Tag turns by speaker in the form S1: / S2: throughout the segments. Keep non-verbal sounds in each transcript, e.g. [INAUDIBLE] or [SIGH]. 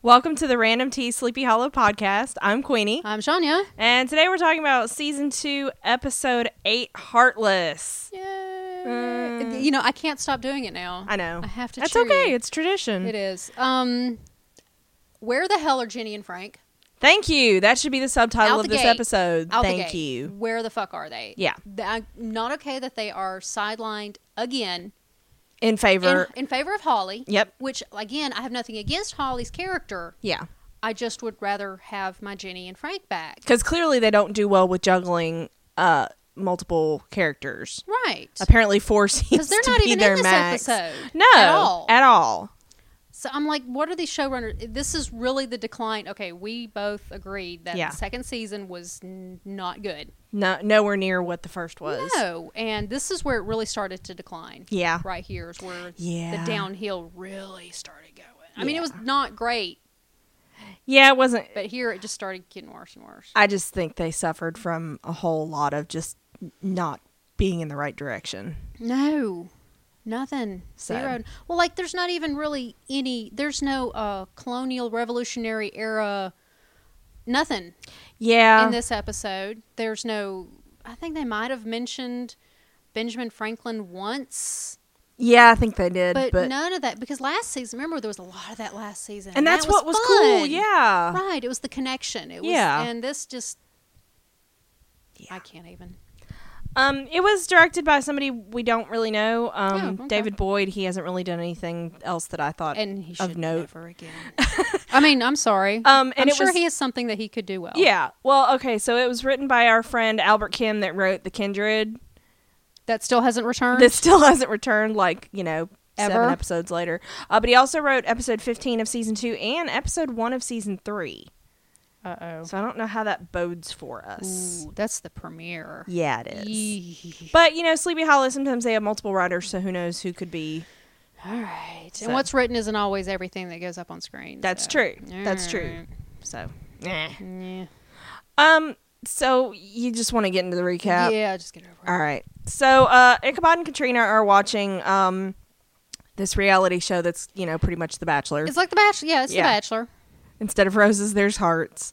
S1: Welcome to the Random Tea Sleepy Hollow podcast. I'm Queenie,
S2: I'm Shania.
S1: and today we're talking about season two, episode eight, Heartless.
S2: Yay. Uh, you know, I can't stop doing it now.
S1: I know.
S2: I have to
S1: That's
S2: cheer
S1: okay.
S2: you.
S1: It's tradition.
S2: It is. Um, where the hell are Jenny and Frank?
S1: Thank you. That should be the subtitle
S2: Out
S1: of
S2: the
S1: this
S2: gate.
S1: episode.
S2: Out the
S1: Thank
S2: gate.
S1: you.
S2: Where the fuck are they?
S1: Yeah.
S2: Th- I'm not okay that they are sidelined again
S1: In
S2: in,
S1: favor.
S2: in favor of Holly.
S1: Yep.
S2: Which, again, I have nothing against Holly's character.
S1: yeah.
S2: I just would rather have my Jenny and Frank back.
S1: Because clearly they don't do well with juggling uh, multiple characters.
S2: Right.
S1: Apparently, four [LAUGHS] seems
S2: they're
S1: to
S2: not
S1: be
S2: even in
S1: their
S2: this
S1: max.
S2: episode
S1: No,
S2: at all.
S1: At all.
S2: So I'm like, what are these showrunners? This is really the decline. Okay, we both agreed that
S1: Yeah.
S2: the second season was n- not good.
S1: No, nowhere near what the first was.
S2: No, and this is where it really started to decline.
S1: Yeah.
S2: right here is where
S1: Yeah.
S2: the downhill really started going. I mean, it was not great,
S1: Yeah, it wasn't.
S2: but here it just started getting worse and worse.
S1: I just think they suffered from a whole lot of just not being in the right direction.
S2: No, nothing.
S1: So-
S2: Zero. Well, like there's not even really any. There's no uh, colonial revolutionary era. Nothing.
S1: Yeah.
S2: in this episode. There's no. I think they might have mentioned Benjamin Franklin once,
S1: yeah, I think they did.
S2: but,
S1: But,
S2: none of that because last season. Remember, there was a lot of that last season,
S1: and that's
S2: that
S1: what was cool.
S2: fun.
S1: Yeah.
S2: right. It was the connection. It was,
S1: Yeah.
S2: and this just.
S1: Yeah.
S2: I can't even.
S1: Um, it was directed by somebody we don't really know. Um,
S2: Oh, okay.
S1: David Boyd. He hasn't really done anything else that I thought.
S2: And he
S1: Of
S2: should
S1: note.
S2: never
S1: [LAUGHS]
S2: again. I mean, I'm sorry.
S1: Um, and
S2: I'm
S1: it
S2: sure
S1: was-
S2: he has something that he could do well.
S1: Oh. yeah. Well, okay. So it was written by our friend Albert Kim that wrote The Kindred.
S2: that still hasn't returned.
S1: That still [LAUGHS] hasn't returned. Like you know. Seven
S2: Ever?
S1: episodes later, uh, but he also wrote episode fifteen of season two and episode one of season three.
S2: Uh oh.
S1: So I don't know how that bodes for us.
S2: Ooh, that's the premiere.
S1: Yeah, it is.
S2: Yee.
S1: But you know, Sleepy Hollow. Sometimes they have multiple writers, so who knows who could be.
S2: All right.
S1: So-
S2: And what's written isn't always everything that goes up on screen.
S1: That's
S2: so.
S1: true. That's
S2: All
S1: true. So, eh.
S2: right. Yeah.
S1: um, so you just want to get into the recap?
S2: Yeah, just get it over.
S1: All right. So, uh, Ichabod and Katrina are watching um this reality show that's you know pretty much The Bachelor.
S2: It's like The Bachelor. Yeah, it's
S1: Yeah.
S2: The Bachelor.
S1: Instead of roses, there's hearts.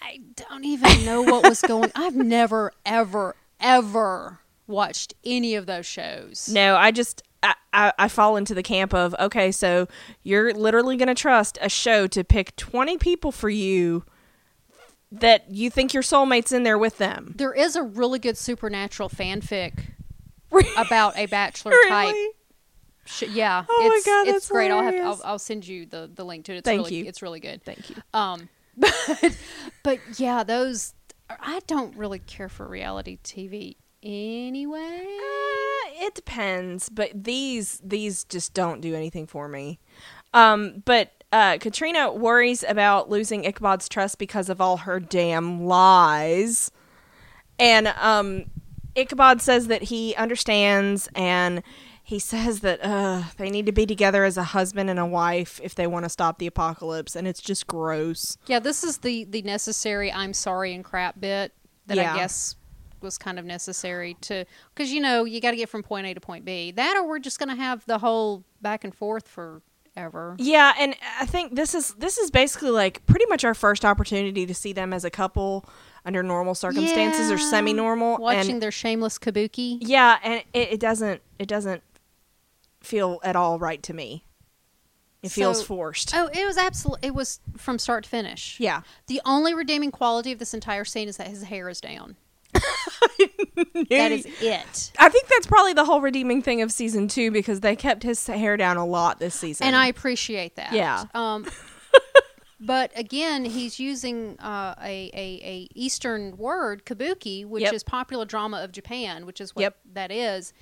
S2: I don't even know what was going. I've never, ever, ever watched any of those shows.
S1: No, I just I, I, I fall into the camp of okay, so you're literally going to trust a show to pick 20 people for you that you think your soulmate's in there with [LAUGHS] them.
S2: There is a really good supernatural fanfic
S1: [LAUGHS]
S2: about a Bachelor type.
S1: Really?
S2: Sh- yeah,
S1: Oh my
S2: it's
S1: God,
S2: it's
S1: that's
S2: great. I'll
S1: hilarious.
S2: have to, I'll, I'll send you the the link to it. It's
S1: Thank
S2: really,
S1: you.
S2: It's really good.
S1: Thank you.
S2: Um, [LAUGHS] but but yeah, those I don't really care for reality TV anyway.
S1: Uh, it depends, but these these just don't do anything for me. Um, but uh, Katrina worries about losing Ichabod's trust because of all her damn lies, and um, Ichabod says that he understands, and he says that uh, they need to be together as a husband and a wife if they want to stop the apocalypse, and it's just gross.
S2: Yeah, this is the the necessary I'm sorry and crap bit that
S1: Yeah.
S2: I guess was kind of necessary to because you know you got to get from point A to point B. That or we're just gonna have the whole back and forth forever.
S1: Yeah, and I think this is this is basically like pretty much our first opportunity to see them as a couple under normal circumstances or
S2: Yeah.
S1: semi-normal.
S2: Watching
S1: and,
S2: their shameless kabuki.
S1: yeah, and it, it doesn't it doesn't feel at all right to me. It feels
S2: So-
S1: forced.
S2: Oh, it was absolute. It was from start to finish.
S1: yeah,
S2: The only redeeming quality of this entire scene is that his hair is down. That is it.
S1: I think that's probably the whole redeeming thing of season two because they kept his hair down a lot this season.
S2: And I appreciate that.
S1: Yeah. [LAUGHS]
S2: Um, but again, he's using uh, a, a a Eastern word, kabuki, which
S1: Yep.
S2: is popular drama of Japan, which is what
S1: Yep.
S2: that is.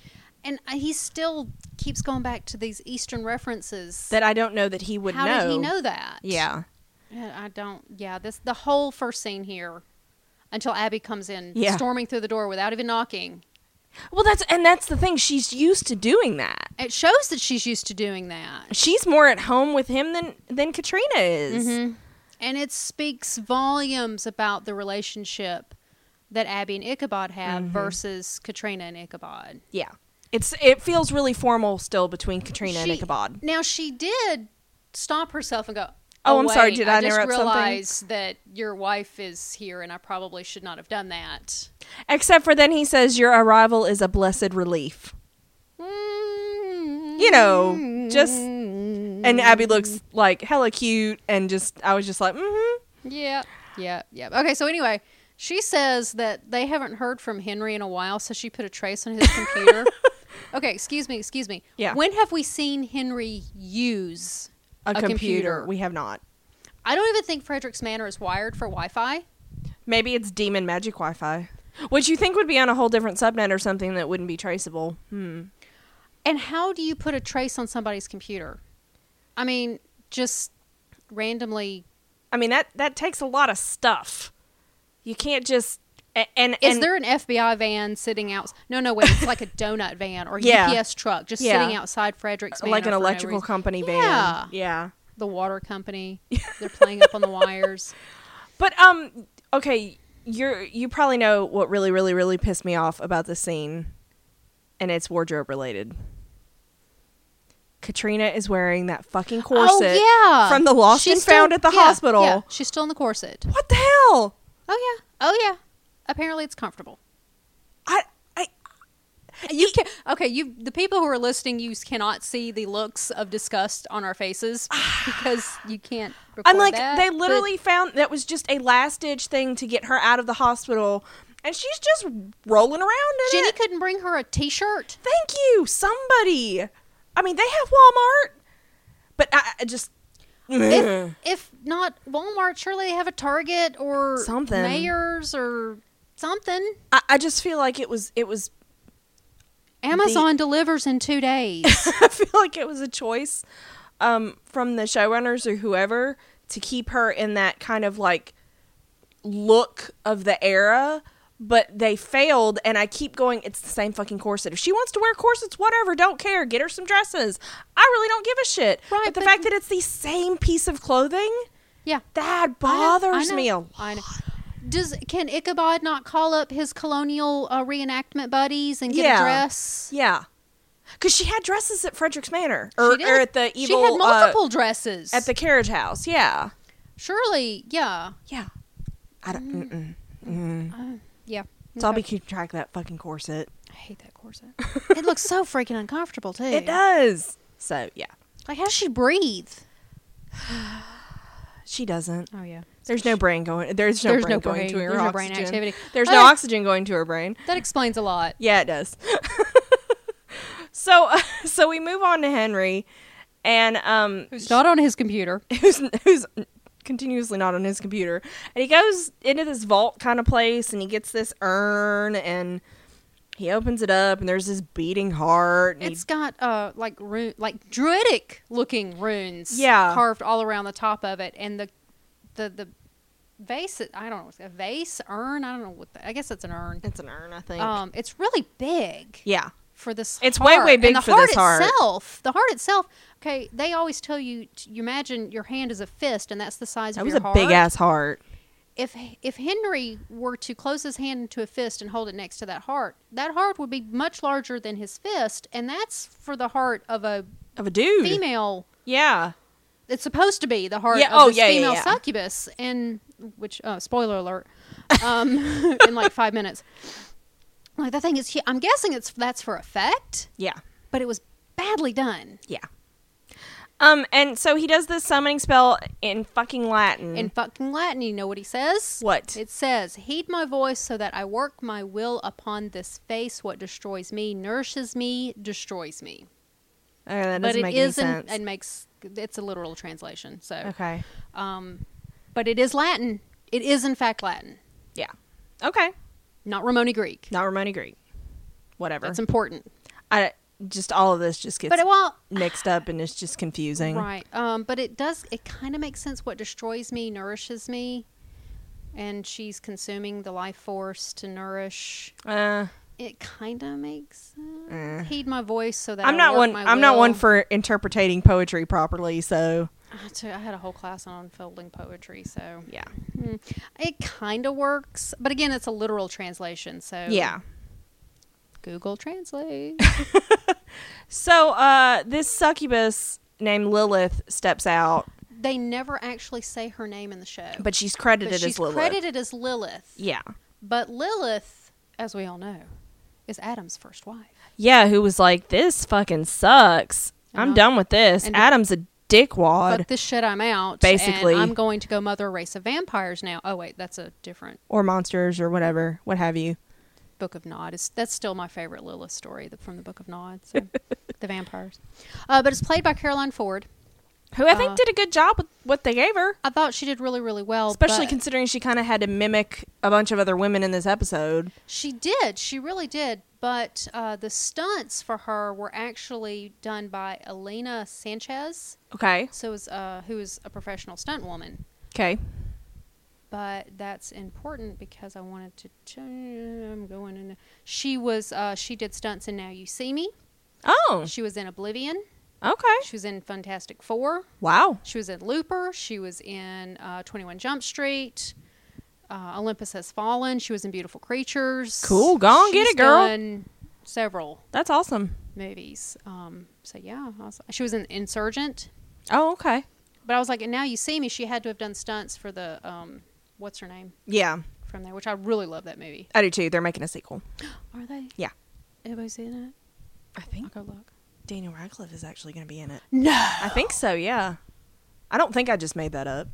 S2: And uh, he still keeps going back to these Eastern references.
S1: that I don't know that he would
S2: How
S1: know.
S2: did he know that?
S1: Yeah,
S2: Yeah, I don't. Yeah, this the whole first scene here until Abby comes in,
S1: Yeah.
S2: storming through the door without even knocking.
S1: well, that's and that's the thing. She's used to doing that.
S2: It shows that she's used to doing that.
S1: she's more at home with him than than Katrina is.
S2: Mm-hmm. And it speaks volumes about the relationship that Abby and Ichabod have
S1: Mm-hmm.
S2: versus Katrina and Ichabod.
S1: Yeah, it's it feels really formal still between Katrina and
S2: She-
S1: Ichabod.
S2: Now she did stop herself and go,
S1: Oh, I'm sorry,
S2: wait,
S1: did I
S2: just
S1: interrupt something?
S2: realized that your wife is here, and I probably should not have done that.
S1: Except for then he says, Your arrival is a blessed relief.
S2: You
S1: You know, just. And Abby looks like hella cute, and just, I was just like, mm hmm.
S2: Yeah, yeah, yeah. Okay, so anyway, she says that they haven't heard from Henry in a while, so she put a trace on his
S1: [LAUGHS]
S2: computer. okay, excuse me, excuse me.
S1: Yeah.
S2: When have we seen Henry use
S1: A, computer.
S2: computer.
S1: We have not.
S2: I don't even think Frederick's Manor is wired for Wi Fi.
S1: Maybe it's demon magic Wi Fi, which you think would be on a whole different subnet or something that wouldn't be traceable. Hmm.
S2: And how do you put a trace on somebody's computer? I mean, just randomly.
S1: I mean, that, that takes a lot of stuff. You can't just. a- And,
S2: Is
S1: and
S2: there an FBI van sitting out? No, no, wait. It's like a donut van or
S1: [LAUGHS]
S2: a
S1: Yeah.
S2: UPS truck just
S1: Yeah.
S2: sitting outside Frederick's Manor.
S1: like an
S2: for no
S1: electrical
S2: reason.
S1: company van?
S2: Yeah.
S1: Yeah.
S2: the water [LAUGHS] company. They're playing up on the [LAUGHS] wires.
S1: But um, okay, you're you probably know what really, really, really pissed me off about this scene, and it's wardrobe related. Katrina is wearing that fucking corset.
S2: oh yeah,
S1: from the lost
S2: She's
S1: and found at the
S2: yeah,
S1: hospital.
S2: yeah. She's still in the corset.
S1: What the hell?
S2: Oh yeah, oh yeah. Apparently, it's comfortable.
S1: I I
S2: You can okay. You the people who are listening, you cannot see the looks of disgust on our [SIGHS] faces because you can't. Record
S1: I'm like
S2: that,
S1: they
S2: but-
S1: literally found that was just a last ditch thing to get her out of the hospital, and she's just rolling around in
S2: Jenny [LAUGHS]
S1: it.
S2: couldn't bring her a T-shirt.
S1: Thank you, somebody. I mean, they have Walmart, but I, I just.
S2: if, if not Walmart, surely they have a Target or
S1: Something.
S2: Mayors or something.
S1: I, I just feel like it was it was [LAUGHS]
S2: Amazon delivers in two [LAUGHS] days.
S1: I feel like it was a choice um, from the showrunners or whoever to keep her in that kind of like look of the era, but they failed. And I keep going, it's the same fucking corset. If she wants to wear corsets, whatever, don't care. Get her some dresses. I really don't give a shit.
S2: Right,
S1: but the
S2: but-
S1: fact that it's the same piece of clothing
S2: yeah.
S1: that
S2: I know, I
S1: bothers
S2: know,
S1: me a lot.
S2: I know. Does can Ichabod not call up his colonial uh, reenactment buddies and get
S1: Yeah.
S2: a dress?
S1: Yeah. Because she had dresses at Frederick's Manor or,
S2: She
S1: or
S2: did.
S1: at the evil
S2: She had
S1: uh,
S2: multiple dresses.
S1: at the carriage house. Yeah.
S2: surely, yeah, Mm-hmm.
S1: Yeah. I don't. Mm-mm. Mm.
S2: yeah.
S1: So I'll be
S2: Okay.
S1: keeping track of that fucking corset.
S2: I hate
S1: [LAUGHS]
S2: that corset. it looks so freaking uncomfortable too.
S1: It does. So yeah,
S2: Like how does she breathe?
S1: she doesn't.
S2: Oh yeah.
S1: There's no brain going. There's no
S2: There's
S1: brain
S2: no
S1: going to
S2: brain.
S1: her
S2: There's no
S1: oxygen.
S2: brain activity.
S1: There's
S2: Oh,
S1: no
S2: yeah.
S1: oxygen going to her brain.
S2: That explains a lot.
S1: Yeah, it does. [LAUGHS] so [LAUGHS] so we move on to Henry, and um,
S2: Who's not on his computer?
S1: [LAUGHS] who's who's continuously not on his computer and he goes into this vault kind of place and he gets this urn and he opens it up and there's this beating heart and he-
S2: It's got uh like rune like druidic looking runes
S1: Yeah.
S2: carved all around the top of it and the the the vase I don't know what's- a vase urn I don't know what the, I guess it's an urn.
S1: it's an urn i think
S2: Um it's really big
S1: yeah
S2: for this
S1: It's way,
S2: heart.
S1: way big
S2: and the
S1: for
S2: heart
S1: this heart.
S2: itself the heart itself okay they always tell you t- you imagine your hand is a fist and that's the size
S1: that
S2: of
S1: was
S2: your
S1: a
S2: heart
S1: big ass heart
S2: if if Henry were to close his hand into a fist and hold it next to that heart, that heart would be much larger than his fist, and that's for the heart of a
S1: of a dude
S2: female.
S1: yeah
S2: It's supposed to be the heart
S1: Yeah,
S2: of
S1: oh,
S2: this
S1: yeah, yeah,
S2: female
S1: yeah.
S2: succubus, and which uh, spoiler alert, um, [LAUGHS] in like five minutes. Like the thing is, he- I'm guessing it's that's for effect,
S1: yeah
S2: but it was badly done
S1: yeah um and so he does this summoning spell in fucking latin
S2: in fucking Latin. You know what he says?
S1: Mm-hmm. what
S2: It says, Heed my voice so that I work my will upon this face. What destroys me, nourishes me, destroys me.
S1: okay, Uh, that doesn't
S2: but it
S1: make
S2: is,
S1: any
S2: an,
S1: sense
S2: it makes, it's a literal translation. So,
S1: okay
S2: um, but it is Latin. It is, in fact, Latin,
S1: yeah okay
S2: not Romani Greek.
S1: not romani greek whatever
S2: That's important.
S1: I just all of this just gets
S2: But it won't.
S1: mixed up and it's just confusing.
S2: Right. Um, but it does, it kind of makes sense. What destroys me, nourishes me. And she's consuming the life force to nourish.
S1: Uh,
S2: It kind of makes sense.
S1: Eh.
S2: Heed my voice so that I
S1: I'm not
S2: work
S1: one.
S2: my
S1: I'm not one
S2: will.
S1: for interpreting poetry properly. So
S2: I had to- I had a whole class on unfolding poetry, so
S1: yeah,
S2: mm, it kind of works. But again, it's a literal translation, so
S1: yeah. [LAUGHS]
S2: Google Translate.
S1: So uh, this succubus named Lilith steps out
S2: they never actually say her name in the show.
S1: But she's credited
S2: she's
S1: as Lilith.
S2: credited as Lilith.
S1: yeah.
S2: But Lilith, as we all know, is Adam's first wife.
S1: Yeah, who was like, this fucking sucks. I'm
S2: Uh-huh.
S1: done with this.
S2: And-
S1: Adam's a dickwad.
S2: Fuck this shit, I'm out.
S1: Basically.
S2: and I'm going to go mother a race of vampires now. Oh wait, that's a different
S1: or monsters or whatever, what have you.
S2: Book of Nod. It's, that's still my favorite Lilith story the, from the Book of Nod.
S1: [LAUGHS]
S2: So. the vampires, uh, but it's played by Caroline Ford.
S1: Who I think
S2: Uh,
S1: did a good job with what they gave her.
S2: I thought she did really, really well,
S1: Especially
S2: but
S1: considering she kind of had to mimic a bunch of other women in this episode.
S2: she did. She really did. But uh, the stunts for her were actually done by Elena Sanchez,
S1: Okay.
S2: so is uh, who is a professional stunt woman.
S1: Okay.
S2: but that's important because I wanted to. T- I'm going in. She was. Uh, she did stunts in Now You See Me.
S1: Oh,
S2: She was in Oblivion.
S1: okay.
S2: She was in Fantastic Four.
S1: Wow.
S2: She was in Looper. She was in uh, Twenty One Jump Street. Uh, Olympus Has Fallen. She was in Beautiful Creatures.
S1: Cool. Go on, get
S2: She's
S1: it, girl.
S2: Done several
S1: That's awesome.
S2: movies. Um, so yeah, I was- she was in Insurgent.
S1: Oh, okay.
S2: But I was like, and Now You See Me. She had to have done stunts for the um, what's her name
S1: Yeah,
S2: from there, which I really love that movie.
S1: I do too. They're making a sequel.
S2: Are they?
S1: Yeah.
S2: Everybody's in it?
S1: I think
S2: go look.
S1: Daniel Radcliffe is actually going to be in it.
S2: No.
S1: I think so, yeah. I don't think I just made that up.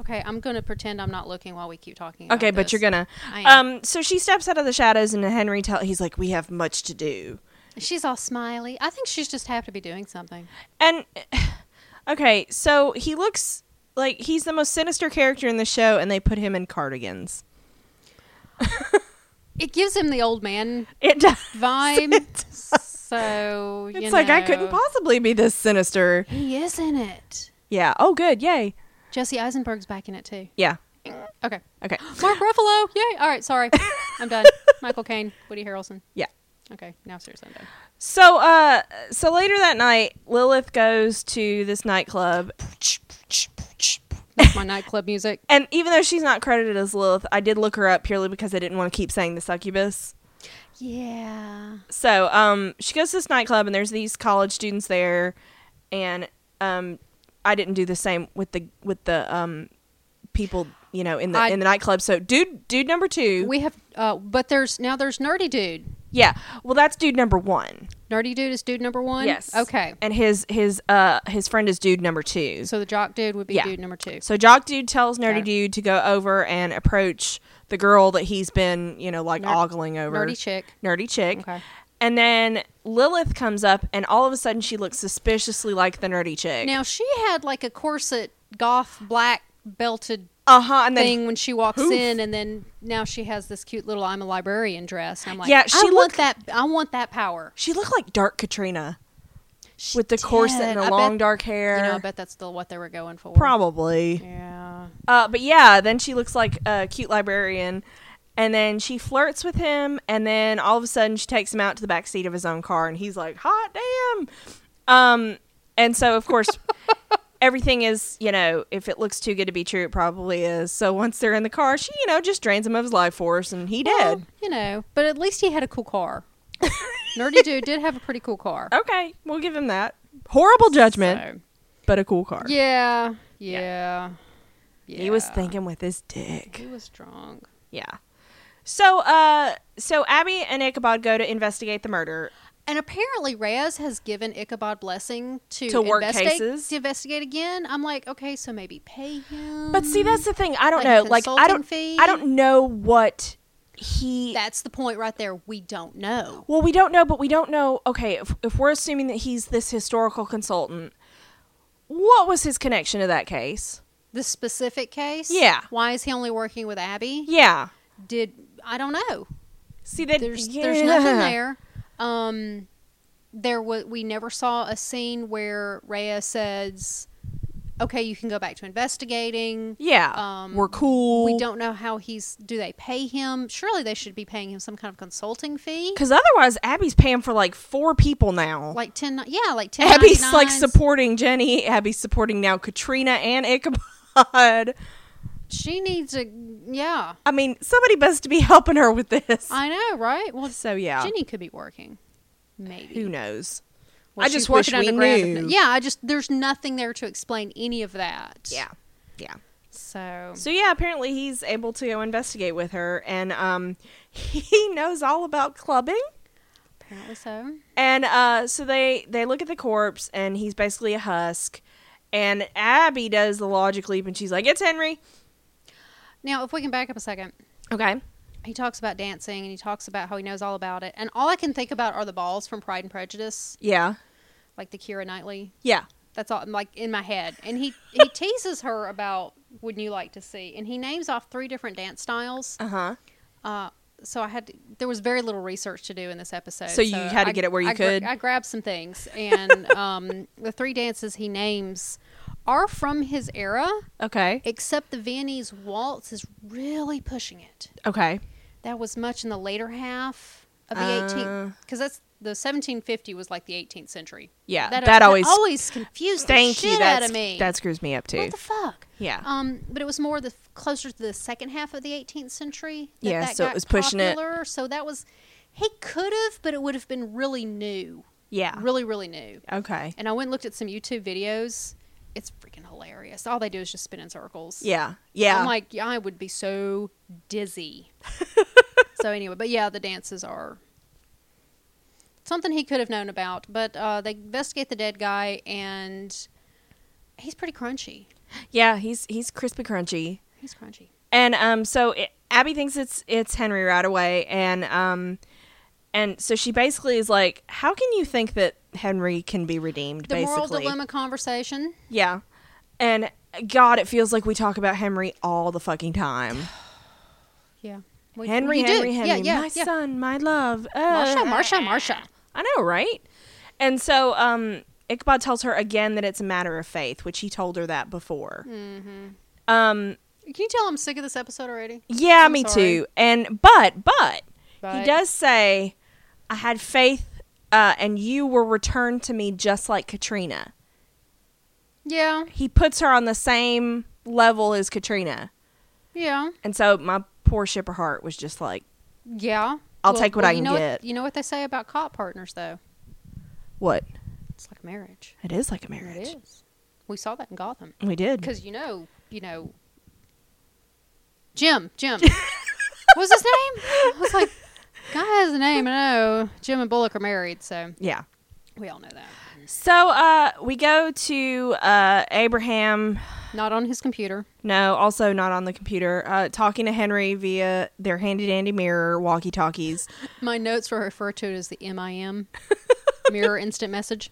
S2: Okay, I'm gonna pretend I'm not looking while we keep talking.
S1: Okay,
S2: about
S1: but you're
S2: this.
S1: gonna.
S2: I am.
S1: Um, so she steps out of the shadows, and Henry tell he's like, "We have much to do."
S2: She's all smiley. I think she's just have to be doing something.
S1: And [SIGHS] okay, so he looks like he's the most sinister character in the show, and they put him in cardigans.
S2: It gives him the
S1: [LAUGHS]
S2: old man
S1: It does.
S2: vibe. so you
S1: It's like I couldn't
S2: know.
S1: possibly be this sinister.
S2: He is in it.
S1: Yeah. Oh, good. Yay.
S2: Jesse Eisenberg's back in it too.
S1: Yeah.
S2: Okay.
S1: Okay.
S2: Mark Ruffalo. Yay. All right. Sorry. I'm
S1: [LAUGHS]
S2: done. Michael Caine. Woody Harrelson.
S1: [GASPS] Yeah.
S2: Okay. Now seriously, I'm done.
S1: So, uh, so later that night, Lilith goes to this nightclub,
S2: That's my nightclub music.
S1: and even though she's not credited as Lilith, I did look her up purely because I didn't want to keep saying the succubus.
S2: Yeah.
S1: So, um, she goes to this nightclub, and there's these college students there, and um, I didn't do the same with the with the um people, you know, in the
S2: I-
S1: in the nightclub. So, dude, dude number two,
S2: We have, uh, but there's now there's nerdy dude.
S1: yeah, well, that's dude number one.
S2: Nerdy dude is dude number one.
S1: Yes.
S2: Okay.
S1: And his his uh his friend is dude number two.
S2: So the jock dude would be
S1: Yeah.
S2: dude number two.
S1: So Jock Dude tells
S2: Got
S1: Nerdy
S2: it.
S1: Dude to go over and approach the girl that he's been, you know, like
S2: Ner-
S1: ogling over.
S2: Nerdy chick.
S1: Nerdy chick.
S2: Okay.
S1: And then Lilith comes up and all of a sudden she looks suspiciously like the nerdy chick.
S2: Now she had like a corset, goth black belted
S1: uh-huh. And then
S2: thing when she walks
S1: Oof.
S2: in, and then now she has this cute little I'm a librarian dress. And I'm like,
S1: Yeah, she
S2: I want
S1: looked-
S2: that. I want that power
S1: she looked like dark Katrina
S2: She
S1: with the corset
S2: did.
S1: and the
S2: I
S1: long
S2: bet-
S1: dark hair.
S2: You know, I bet that's still what they were going for.
S1: Probably.
S2: Yeah.
S1: Uh, but yeah, then she looks like a cute librarian. And then she flirts with him, and then all of a sudden she takes him out to the back seat of his own car, and he's like, "Hot damn!" Um, and so of
S2: [LAUGHS]
S1: course everything is, you know, if it looks too good to be true, it probably is. So once they're in the car, she, you know, just drains him of his life force, and he
S2: Well,
S1: did.
S2: you know, but at least he had a
S1: [LAUGHS]
S2: cool car. Nerdy dude did have a pretty cool car.
S1: Okay, we'll give him that. Horrible judgment,
S2: So,
S1: but a cool car.
S2: yeah, yeah. Yeah.
S1: He was thinking with his dick.
S2: He was drunk.
S1: Yeah. So, uh, so Abby and Ichabod go to investigate the murder,
S2: And apparently, Reyes has given Ichabod blessing to,
S1: To work
S2: investigate,
S1: cases?
S2: to investigate again. I'm like, okay, so maybe pay him.
S1: But see, that's the thing. I don't
S2: Like
S1: know.
S2: a
S1: Like I don't.
S2: consulting
S1: I don't know what he.
S2: that's the point right there. We don't know.
S1: well, we don't know, but we don't know. Okay, if, if we're assuming that he's this historical consultant, what was his connection to that case?
S2: The specific case.
S1: Yeah.
S2: Why is he only working with Abby?
S1: Yeah.
S2: Did I don't know.
S1: See that
S2: There's
S1: [LAUGHS]
S2: there's nothing there. Um, there was we never saw a scene where Reyes says, "Okay, you can go back to investigating."
S1: Yeah.
S2: Um,
S1: we're cool.
S2: We don't know how he's. Do they pay him? Surely they should be paying him some kind of consulting fee.
S1: Because otherwise, Abby's paying for like four people now.
S2: like ten. Yeah, like ten.
S1: [LAUGHS] Abby's like supporting Jenny. Abby's supporting now Katrina and Ichabod. [LAUGHS]
S2: She needs a. Yeah,
S1: I mean, somebody best to be helping her with this.
S2: I know, right? Well,
S1: so yeah.
S2: Jenny could be working. Maybe
S1: Who knows?
S2: Well,
S1: I just
S2: she's working
S1: wish we
S2: underground.
S1: knew.
S2: Yeah, I just there's nothing there to explain any of that.
S1: Yeah. Yeah.
S2: So
S1: So yeah, apparently he's able to go investigate with her and um [LAUGHS] he knows all about clubbing.
S2: apparently so.
S1: And uh, so they they look at the corpse, and he's basically a husk. And Abby does the logic leap, and she's like, "It's Henry."
S2: Now, if we can back up a second,
S1: Okay.
S2: he talks about dancing and he talks about how he knows all about it. And all I can think about are the balls from Pride and Prejudice,
S1: Yeah.
S2: like the Kira Knightley.
S1: Yeah.
S2: That's all like in my head. And he he teases her about wouldn't you like to see? And he names off three different dance styles.
S1: Uh huh.
S2: Uh, so I had to, there was very little research to do in this episode.
S1: So you had to
S2: I-
S1: get it where you
S2: I gra-
S1: could?
S2: I grabbed some things, and [LAUGHS] um, the three dances he names are from his era,
S1: Okay.
S2: except the Viennese waltz is really pushing it.
S1: Okay.
S2: That was much in the later half of the
S1: Uh.
S2: 18th, because that's the 1750 was like the 18th century.
S1: Yeah, that always-
S2: always confused the
S1: Thank
S2: shit
S1: you.
S2: out
S1: That's,
S2: of me.
S1: That screws me up too.
S2: what the fuck.
S1: yeah.
S2: Um, but it was more the closer to the second half of the 18th century. That
S1: Yeah,
S2: that
S1: so it
S2: got
S1: was pushing it.
S2: popular. So that was he could have, but it would have been really new,
S1: yeah.
S2: really really new.
S1: okay.
S2: And I went and looked at some YouTube videos. It's freaking hilarious. All they do is just spin in circles.
S1: Yeah. Yeah.
S2: I'm like, yeah, I would be so
S1: [LAUGHS]
S2: dizzy. so anyway, but yeah, the dances are something he could have known about. But uh, they investigate the dead guy, and he's pretty crunchy.
S1: yeah. He's he's crispy crunchy.
S2: He's crunchy.
S1: And um, so it, Abby thinks it's it's Henry right away, and um, and so she basically is like, "How can you think that Henry can be redeemed?"
S2: the
S1: basically,
S2: moral dilemma conversation.
S1: Yeah. And God, it feels like we talk about Henry all the fucking time.
S2: Yeah. [SIGHS] We,
S1: Henry,
S2: you do.
S1: Henry, Henry,
S2: Yeah, yeah,
S1: my
S2: yeah.
S1: son, my love. Uh,
S2: Marsha, Marsha, Marsha.
S1: I know, right? And so um, Ichabod tells her again that it's a matter of faith, which he told her that before. Mm-hmm. Um,
S2: Can you tell I'm sick of this episode already?
S1: yeah,
S2: I'm
S1: me
S2: sorry.
S1: too. And but, but
S2: But-
S1: he does say, "I had faith, uh, and you were returned to me just like Katrina."
S2: Yeah,
S1: He puts her on the same level as Katrina.
S2: yeah,
S1: And so my poor shipper heart was just like,
S2: yeah.
S1: I'll take what I
S2: you
S1: can
S2: know
S1: get.
S2: you know what they say about cop partners, though?
S1: what?
S2: It's like marriage.
S1: It is like a
S2: It
S1: marriage. Mm.
S2: is. We saw that in Gotham
S1: We did.
S2: because you know, you know, Jim, Jim. [LAUGHS] what
S1: [LAUGHS]
S2: was his name? I was like, guy has a name. I know Jim and Bullock are married, so
S1: Yeah.
S2: we all know that.
S1: So uh, we go to uh, Abraham,
S2: Not on his computer.
S1: no, also not on the computer, uh, talking to Henry via their handy dandy mirror walkie talkies.
S2: My notes were referred to it as the
S1: [LAUGHS]
S2: MIM, mirror instant message.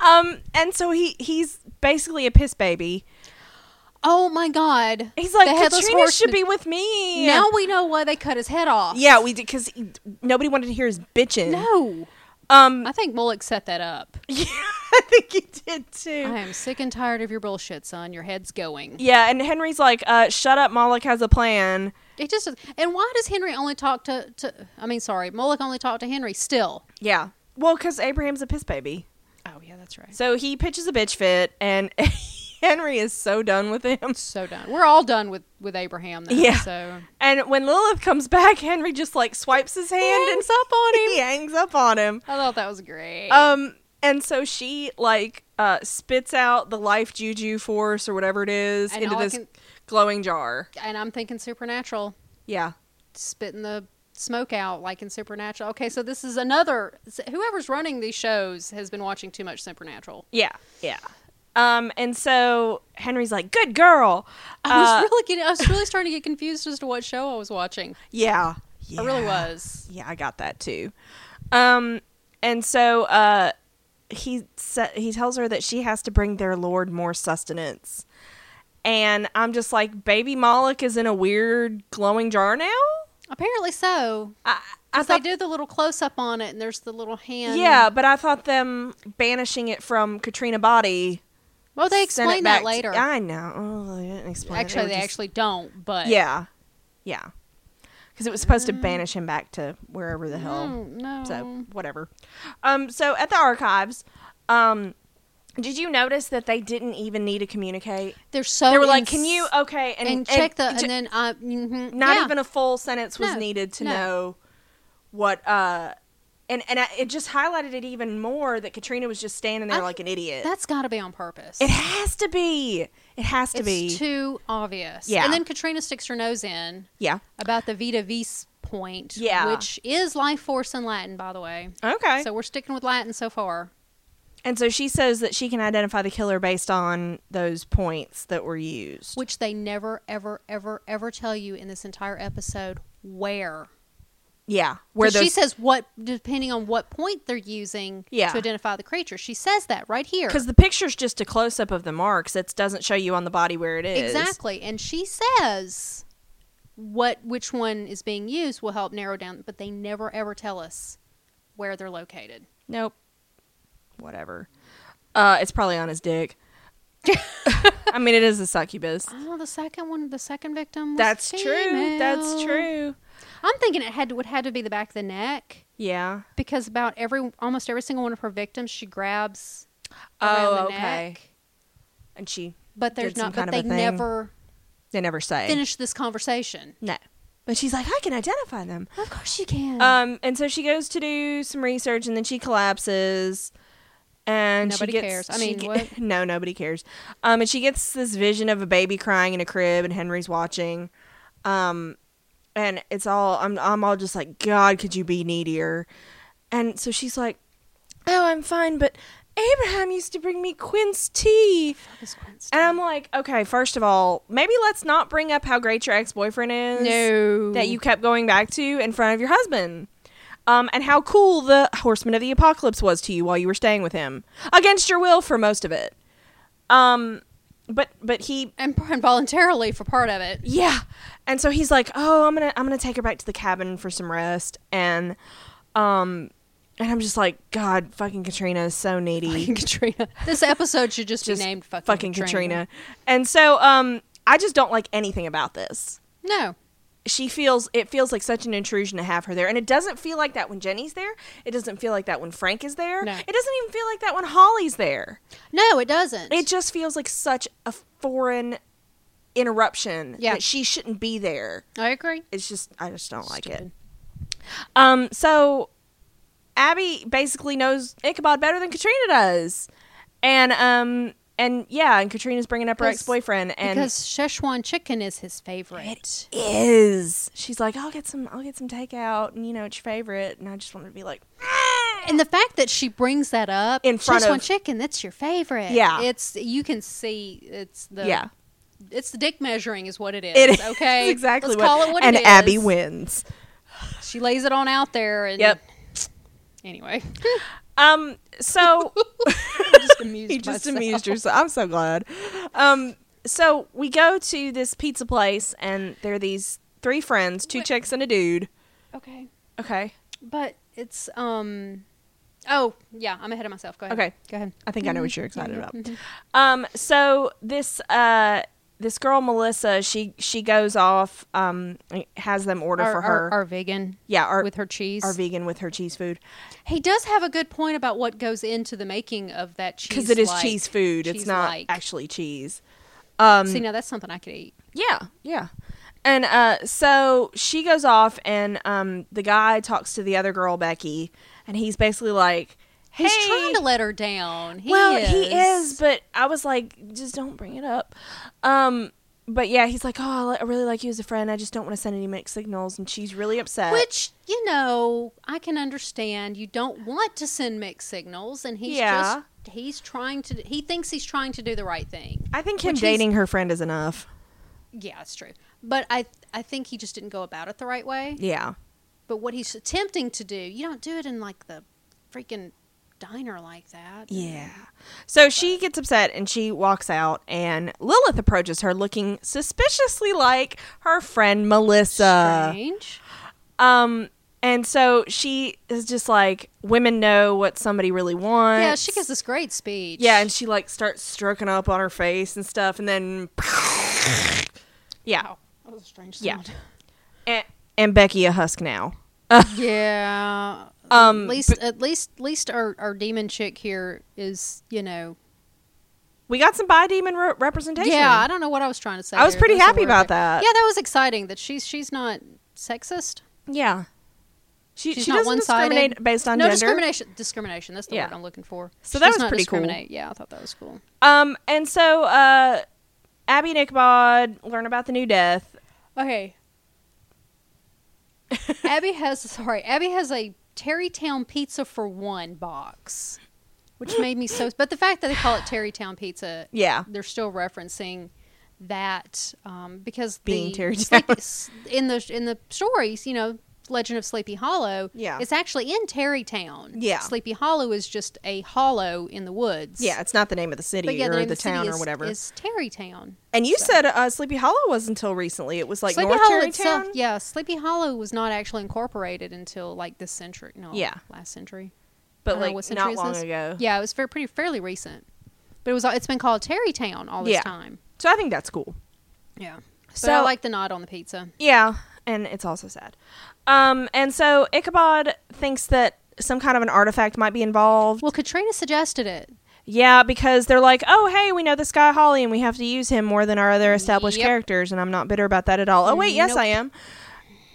S1: Um, and so he he's basically a piss baby.
S2: Oh my God!
S1: He's like,
S2: The headless
S1: Katrina
S2: horse-
S1: should be with me.
S2: Now we know why they cut his head off.
S1: Yeah, we did because nobody wanted to hear his bitching.
S2: No,
S1: Um, [LAUGHS]
S2: I think Mullock set that up.
S1: yeah, I think he did too.
S2: I am sick and tired of your bullshit, son. Your head's going.
S1: Yeah, and Henry's like, uh, shut up, Moloch has a plan.
S2: It just and why does Henry only talk to? to I mean, sorry, Mullock only talked to Henry. Still.
S1: Yeah. Well, because Abraham's a piss baby.
S2: Oh yeah, that's right.
S1: So he pitches a bitch fit, and [LAUGHS] Henry is so done with him.
S2: So done. We're all done with with Abraham. Though,
S1: Yeah.
S2: So
S1: And when Lilith comes back, Henry just like swipes his hand
S2: hangs
S1: and up on him. [LAUGHS] He hangs up on him.
S2: I thought that was great.
S1: Um, and so she like uh spits out the life juju force or whatever it is
S2: And
S1: into
S2: all I
S1: this
S2: can-
S1: glowing jar.
S2: and I'm thinking supernatural.
S1: Yeah.
S2: spitting the smoke out like in supernatural okay so this is another whoever's running these shows has been watching too much supernatural
S1: Yeah. Yeah. Um, and so Henry's like, "Good girl."
S2: i was
S1: Uh,
S2: really getting i was [LAUGHS] really starting to get confused as to what show i was watching
S1: yeah.
S2: i really
S1: Yeah.
S2: was
S1: Yeah, I got that too. Um, and so uh, he sa- he tells her that she has to bring their lord more sustenance, and I'm just like, baby Moloch is in a weird glowing jar now.
S2: apparently so
S1: I, I
S2: 'Cause they
S1: thought,
S2: do the little close-up on it and there's the little hand
S1: yeah, but I thought them banishing it from Katrina body.
S2: well they
S1: sent it
S2: explain
S1: back
S2: that
S1: to-
S2: later
S1: I know. Oh, they didn't explain. it.
S2: actually
S1: were
S2: they
S1: just-
S2: actually don't but
S1: Yeah, yeah, because it was supposed to banish him back to wherever the hell.
S2: Mm, no
S1: So whatever. Um, so at the archives, um, did you notice that they didn't even need to communicate?
S2: they're so
S1: They were like,
S2: ins-
S1: "Can you okay?" And,
S2: Oh, and, check the
S1: and
S2: and
S1: ju-
S2: then uh, mhm,
S1: not
S2: yeah.
S1: even a full sentence was
S2: No,
S1: needed to
S2: no.
S1: know what uh, and and I, it just highlighted it even more that Katrina was just standing there
S2: I
S1: like an idiot.
S2: That's got to be on purpose.
S1: It has to be. It has to
S2: it's
S1: be.
S2: too obvious.
S1: Yeah.
S2: And then Katrina sticks her nose in
S1: yeah.
S2: about the Vita Vis point,
S1: Yeah.
S2: which is life force in Latin, by the way.
S1: Okay.
S2: So we're sticking with Latin so far.
S1: and so she says that she can identify the killer based on those points that were used.
S2: which they never ever ever ever tell you in this entire episode where
S1: yeah.
S2: where
S1: Where those
S2: she says what depending on what point they're using
S1: Yeah.
S2: to identify the creature she says that right here
S1: because the picture's just a close up of the marks. It doesn't show you on the body where it is.
S2: exactly and she says what which one is being used will help narrow down but they never ever tell us where they're located
S1: Nope. Whatever. Uh, it's probably on his
S2: [LAUGHS]
S1: dick. I mean, it is a succubus.
S2: oh the second one the second victim was
S1: That's true. That's
S2: female.
S1: true.
S2: i'm thinking it had to, would had to be the back of the neck
S1: Yeah.
S2: because about every almost every single one of her victims she grabs around
S1: Oh,
S2: the
S1: okay.
S2: neck
S1: And she,
S2: but there's
S1: did some
S2: not but
S1: kind of a
S2: they
S1: thing.
S2: never
S1: they never say.
S2: finish this conversation
S1: No. But she's like, I can identify them.
S2: of course you can
S1: Um, and so she goes to do some research, and then she collapses. And
S2: Nobody
S1: she gets,
S2: cares. I
S1: she
S2: mean,
S1: ge- [LAUGHS]
S2: what?
S1: no, nobody cares. Um, and she gets this vision of a baby crying in a crib, and Henry's watching. Um, and it's all I'm, I'm all just like, God, could you be needier? And so she's like, Oh, I'm fine, but Abraham used to bring me quince tea.
S2: Miss Quince.
S1: And I'm like, okay, first of all, maybe let's not bring up how great your ex boyfriend is
S2: no
S1: that you kept going back to in front of your husband. Um, and how cool the Horseman of the Apocalypse was to you while you were staying with him against your will for most of it. Um, but but he
S2: and, [LAUGHS] and voluntarily for part of it
S1: yeah, and so he's like, oh, I'm gonna I'm gonna take her back to the cabin for some rest, and um, and I'm just like, God, fucking Katrina is so needy.
S2: Katrina this episode should just,
S1: Just
S2: be named fucking,
S1: fucking Katrina. And so um, I just don't like anything about this.
S2: no
S1: she feels it feels like such an intrusion to have her there and it doesn't feel like that when jenny's there it doesn't feel like that when frank is there
S2: No.
S1: it doesn't even feel like that when holly's there
S2: no it doesn't
S1: it just feels like such a foreign interruption
S2: Yeah.
S1: that she shouldn't be there
S2: i agree
S1: it's just i just don't like it um so abby basically knows ichabod better than katrina does and um and yeah and katrina's bringing up her
S2: Because-
S1: ex-boyfriend and
S2: because Szechuan chicken is his favorite
S1: is. She's like, I'll get some, I'll get some takeout, and you know, it's your favorite. And I just wanted to be like, "Ah!"
S2: and the fact that she brings that up
S1: In front
S2: Szechuan
S1: of-
S2: chicken that's your favorite
S1: Yeah.
S2: it's you can see it's the
S1: yeah,
S2: it's the dick measuring is what it is
S1: it is [LAUGHS]
S2: okay
S1: exactly
S2: let's
S1: what.
S2: call it what
S1: and
S2: it is
S1: Abby wins.
S2: she lays it on out there and
S1: Yep. [LAUGHS]
S2: anyway [LAUGHS]
S1: Um. So
S2: just amused
S1: he just
S2: myself.
S1: amused yourself. I'm so glad. Um. So we go to this pizza place, and there are these three friends, two chicks and a dude.
S2: okay
S1: Okay,
S2: but it's um oh yeah i'm ahead of myself go ahead
S1: Okay.
S2: go ahead
S1: I think I know what you're
S2: Mm-hmm.
S1: excited about. Um. So this uh. This girl Melissa, she she goes off, um, has them order
S2: our,
S1: for
S2: our-
S1: her.
S2: our vegan
S1: yeah, our,
S2: with her cheese
S1: are vegan with her cheese food
S2: he does have a good point about what goes into the making of that cheese
S1: because it is
S2: like-
S1: cheese food. It's not
S2: cheese-like.
S1: actually cheese. Um,
S2: see now that's something i could eat
S1: yeah, yeah. And uh, so she goes off, and um, the guy talks to the other girl, Becky, and he's basically like, hey,
S2: he's trying to let her down he
S1: well,
S2: is.
S1: he is, but I was like, just don't bring it up. Um, but yeah, he's like, oh, I, li- I really like you as a friend. I just don't want to send any mixed signals, and she's really upset.
S2: which you know i can understand you don't want to send mixed signals and he's
S1: Yeah.
S2: just he's trying to he thinks he's trying to do the right thing
S1: I think him
S2: which he's-
S1: dating her friend is enough.
S2: Yeah, that's true. But I I think he just didn't go about it the right way.
S1: Yeah,
S2: But what he's attempting to do, you don't do it in like the freaking diner like that.
S1: Yeah. So she gets upset and she walks out, and Lilith approaches her looking suspiciously like her friend Melissa.
S2: Strange.
S1: Um, and so she is just like, women know what somebody really wants.
S2: yeah, she gives this great speech.
S1: Yeah, and she like starts stroking up on her face and stuff, and then.
S2: [LAUGHS]
S1: yeah.
S2: Wow, that was a strange
S1: Yeah.
S2: sound. [LAUGHS]
S1: And, and Becky a husk now.
S2: Yeah.
S1: Um,
S2: at least at least at least our, our demon chick here is, you know.
S1: We got some bi demon re- representation.
S2: Yeah, I don't know what I was trying to say.
S1: I was
S2: there.
S1: pretty
S2: There's a
S1: happy
S2: word
S1: about
S2: there.
S1: that.
S2: Yeah, that was exciting that she's she's not sexist.
S1: Yeah. She,
S2: She's
S1: she
S2: not
S1: doesn't
S2: one-sided.
S1: discriminate based on
S2: no
S1: gender.
S2: discrimination. Discrimination. That's the
S1: Yeah.
S2: word I'm looking for.
S1: So
S2: She
S1: that
S2: does
S1: was
S2: not
S1: pretty cool.
S2: discriminate. Yeah, I thought that was cool.
S1: Um, and so uh, Abby and Ichabod learn about the new death.
S2: Okay. [LAUGHS] Abby has sorry. Abby has a Terrytown pizza for one box, which made me so. But the fact that they call it Terrytown pizza,
S1: Yeah,
S2: they're still referencing that um, because
S1: Being
S2: the
S1: Terrytown.
S2: Sleepy- s- in the in the stories, you know, Legend of Sleepy Hollow,
S1: Yeah.
S2: it's actually in Terrytown.
S1: Yeah.
S2: Sleepy Hollow is just a hollow in the woods.
S1: yeah. It's not the name of the city
S2: but yeah,
S1: or
S2: the,
S1: the,
S2: name of city
S1: town or
S2: is-
S1: whatever.
S2: is Terrytown.
S1: and you
S2: so-
S1: said uh, Sleepy Hollow was until recently. It was like
S2: Sleepy
S1: North
S2: Hollow
S1: Terrytown.
S2: itself, yeah. Sleepy Hollow was not actually incorporated until like this century. No,
S1: Yeah.
S2: last century. I
S1: but
S2: don't know,
S1: like
S2: what century
S1: not
S2: is
S1: long
S2: this?
S1: ago.
S2: Yeah, it was fair, pretty fairly recent, but it was it's been called Terrytown all this
S1: Yeah.
S2: time.
S1: So I think that's cool.
S2: Yeah. So
S1: So-
S2: I like the nod on the pizza.
S1: Yeah, and it's also sad. Um, and so Ichabod thinks that some kind of an artifact might be involved.
S2: Well, Katrina suggested it.
S1: Yeah, because they're like, oh, hey, we know this guy Holly, and we have to use him more than our other established
S2: Yep.
S1: characters, and I'm not bitter about that at all. Oh, wait, yes,
S2: Nope.
S1: I am.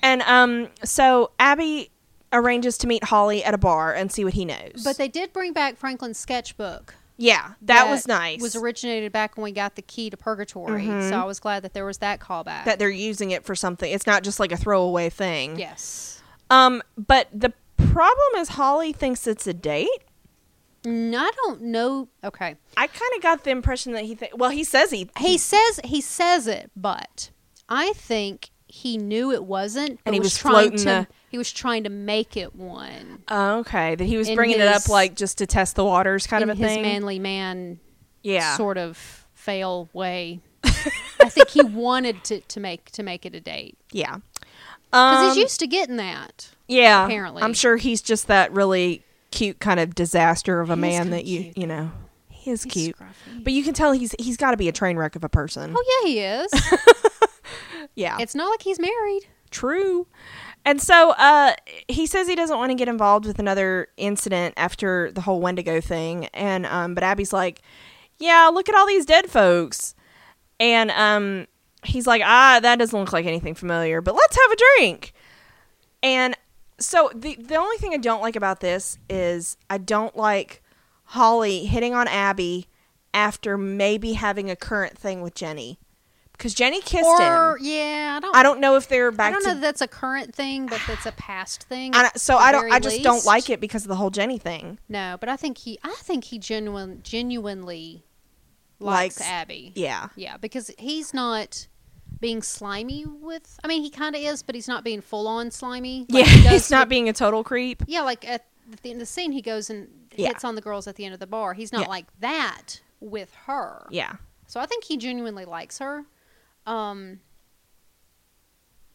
S1: And um, so Abby arranges to meet Holly at a bar and see what he knows.
S2: But they did bring back Franklin's sketchbook.
S1: yeah, that, was nice. Mm-hmm.
S2: Was originated back when we got the key to purgatory. So I was glad that there was that callback.
S1: that they're using it for something. It's not just like a throwaway thing.
S2: yes.
S1: Um, but the problem is Holly thinks it's a date.
S2: Mm, I don't know. Okay.
S1: I kind of got the impression that he. Th- well, he says he
S2: He says he says it, but I think he knew it wasn't. but
S1: he was
S2: trying
S1: floating
S2: to.
S1: the-
S2: He was trying to make it one.
S1: Oh, okay. That he was
S2: In
S1: bringing it up
S2: his-
S1: like just to test the waters, kind
S2: in
S1: of a
S2: his
S1: thing.
S2: manly man
S1: yeah.
S2: sort of fail way. [LAUGHS] I think he wanted to, to make to make it a date
S1: yeah.
S2: because
S1: Um,
S2: he's used to getting that.
S1: yeah.
S2: apparently.
S1: I'm sure he's just that really cute kind of disaster of a
S2: He is
S1: man
S2: kinda
S1: that you
S2: cute,
S1: you know. He is
S2: He's
S1: cute,
S2: scruffy.
S1: but you can tell he's he's got to be a train wreck of a person.
S2: Oh yeah,
S1: [LAUGHS]
S2: he is.
S1: yeah.
S2: it's not like he's married.
S1: True. And so uh, he says he doesn't want to get involved with another incident after the whole Wendigo thing. And um, but Abby's like, yeah, look at all these dead folks. And um, he's like, ah, that doesn't look like anything familiar. But let's have a drink. And so the the only thing I don't like about this is I don't like Holly hitting on Abby after maybe having a current thing with Jenny because Jenny kissed
S2: Or
S1: him.
S2: yeah, I don't.
S1: I don't know if they're
S2: I
S1: back
S2: don't
S1: to
S2: know that that's a current thing, but that's a past thing.
S1: I, don't- so I don't. I just don't like
S2: it.
S1: it because of the whole Jenny thing.
S2: No, but I think he I think he genuine genuinely likes,
S1: Likes-
S2: Abby.
S1: Yeah,
S2: Yeah, because he's not being slimy with I mean he kind of is, but he's not being full on slimy.
S1: yeah.
S2: Like, he
S1: [LAUGHS]
S2: does
S1: He's not
S2: with-
S1: being a total creep.
S2: Yeah, like at the end of the scene he goes and
S1: Yeah.
S2: hits on the girls at the end of the bar. He's not
S1: Yeah.
S2: like that with her.
S1: Yeah,
S2: So I think he genuinely likes her. Um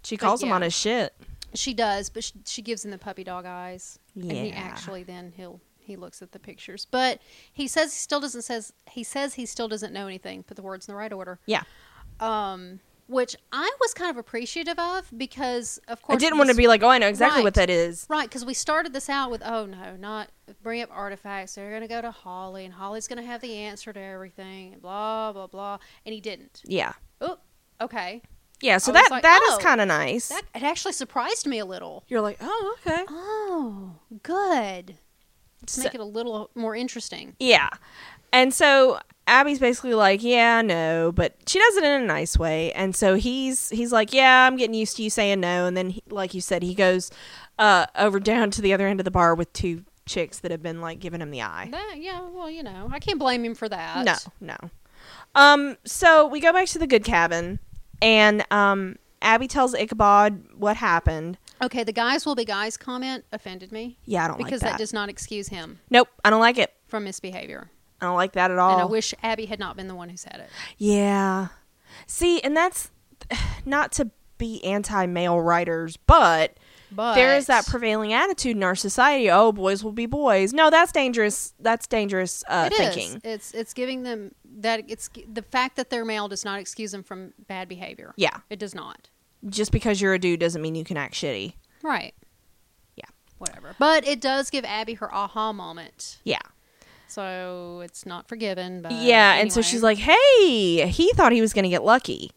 S1: she
S2: But
S1: calls him
S2: yeah.
S1: on his shit.
S2: she does, but she, she gives him the puppy dog eyes. and he
S1: Yeah.
S2: actually then he'll he looks at the pictures but he says he still doesn't says he says he still doesn't know anything put the words in the right order
S1: Yeah,
S2: um which i was kind of appreciative of because of
S1: I
S2: course
S1: didn't
S2: we
S1: want to
S2: s-
S1: be like, oh, I know exactly what
S2: Right.
S1: that is.
S2: right because we started this out with oh no not bring up artifacts they're going to go to holly and holly's going to have the answer to everything and blah blah blah and he didn't
S1: Yeah,
S2: oh okay
S1: yeah. So
S2: I was
S1: that that is
S2: like, oh,
S1: kind of nice.
S2: that it actually surprised me a little
S1: You're like, oh, okay.
S2: oh good Let's
S1: So-
S2: make it a little more interesting
S1: yeah, and so Abby's basically like, yeah, no, but she does it in a nice way. And so he's he's like, yeah, I'm getting used to you saying no. And then, he, like you said, he goes uh, over down to the other end of the bar with two chicks that have been like giving him the eye.
S2: That, yeah, well, you know, I can't blame him for that.
S1: No, no. Um, so we go back to the good cabin, and um, Abby tells Ichabod what happened.
S2: Okay, the guys will be guys comment offended me
S1: Yeah, I don't
S2: because
S1: like
S2: that.
S1: that.
S2: does not excuse him
S1: nope, I don't like it.
S2: from misbehavior.
S1: I don't like that at
S2: And I
S1: all.
S2: wish Abby had not been the one who said it.
S1: yeah. See, and that's not to be anti-male writers, but,
S2: But
S1: there is that prevailing attitude in our society. Oh, boys will be boys. No, that's dangerous. That's dangerous uh,
S2: It is.
S1: thinking.
S2: It's it's giving them that it's the fact that they're male does not excuse them from bad behavior.
S1: Yeah,
S2: It does not.
S1: just because you're a dude doesn't mean you can act shitty.
S2: Right.
S1: Yeah.
S2: Whatever. But it does give Abby her aha moment.
S1: Yeah.
S2: So it's not forgiven. But
S1: yeah, and so
S2: Uh, anyway.
S1: she's like, "Hey, he thought he was going to get lucky."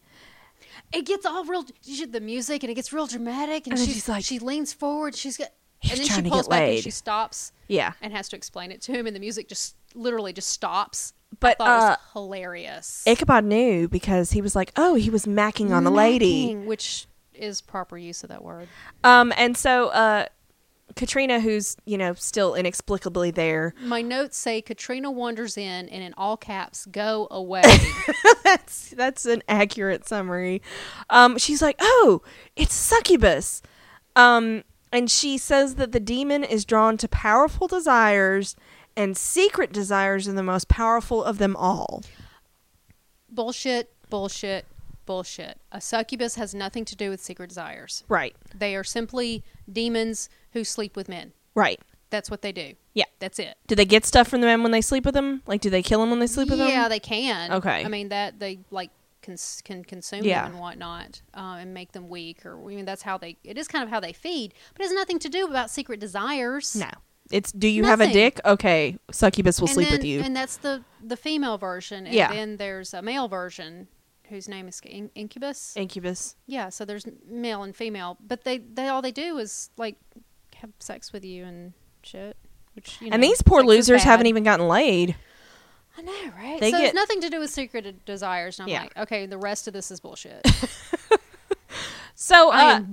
S2: it gets all real she- the music and it gets real dramatic and,
S1: And then
S2: she's,
S1: she's like-
S2: she leans forward she's got
S1: He's
S2: and then she
S1: trying to
S2: pulls
S1: get
S2: back
S1: laid.
S2: and she stops
S1: Yeah.
S2: and has to explain it to him, and the music just literally just stops.
S1: But,
S2: I thought
S1: uh,
S2: it was hilarious.
S1: Ichabod knew because he was like, "Oh, he was macking on a lady."
S2: Macking, which is proper use of that word.
S1: Um, and so uh, Katrina, who's you know still inexplicably there,
S2: My notes say Katrina wanders in, and in all caps, "Go
S1: [LAUGHS]
S2: away."
S1: that's that's an accurate summary. Um, she's like, "Oh, it's succubus," um, and she says that the demon is drawn to powerful desires and secret desires, and the most powerful of them all.
S2: bullshit, bullshit, bullshit. A succubus has nothing to do with secret desires.
S1: Right.
S2: They are simply demons who sleep with men.
S1: Right.
S2: That's what they do.
S1: Yeah.
S2: That's it.
S1: Do they get stuff from the men when they sleep with them? Like, do they kill them when they sleep with them?
S2: yeah, they can.
S1: Okay.
S2: I mean that they like cons- can consume
S1: Yeah.
S2: them and whatnot, um, and make them weak. Or I mean that's how they. It is kind of how they feed, but it has nothing to do about secret desires.
S1: No. It's do you have a
S2: Nothing.
S1: dick? Okay, succubus will
S2: and
S1: sleep
S2: then,
S1: with you.
S2: And that's the the female version. And
S1: Yeah.
S2: Then there's a male version whose name is in- Incubus.
S1: Incubus.
S2: yeah. So there's male and female, but they they all they do is like have sex with you and shit. Which, you
S1: and
S2: know,
S1: these poor
S2: sex is
S1: losers
S2: bad.
S1: haven't even gotten laid.
S2: I know, right?
S1: They
S2: so
S1: get-
S2: it's nothing to do with secret de- desires. And I'm
S1: Yeah.
S2: like, okay, the rest of this
S1: [LAUGHS]
S2: is bullshit.
S1: So,
S2: I
S1: uh,
S2: am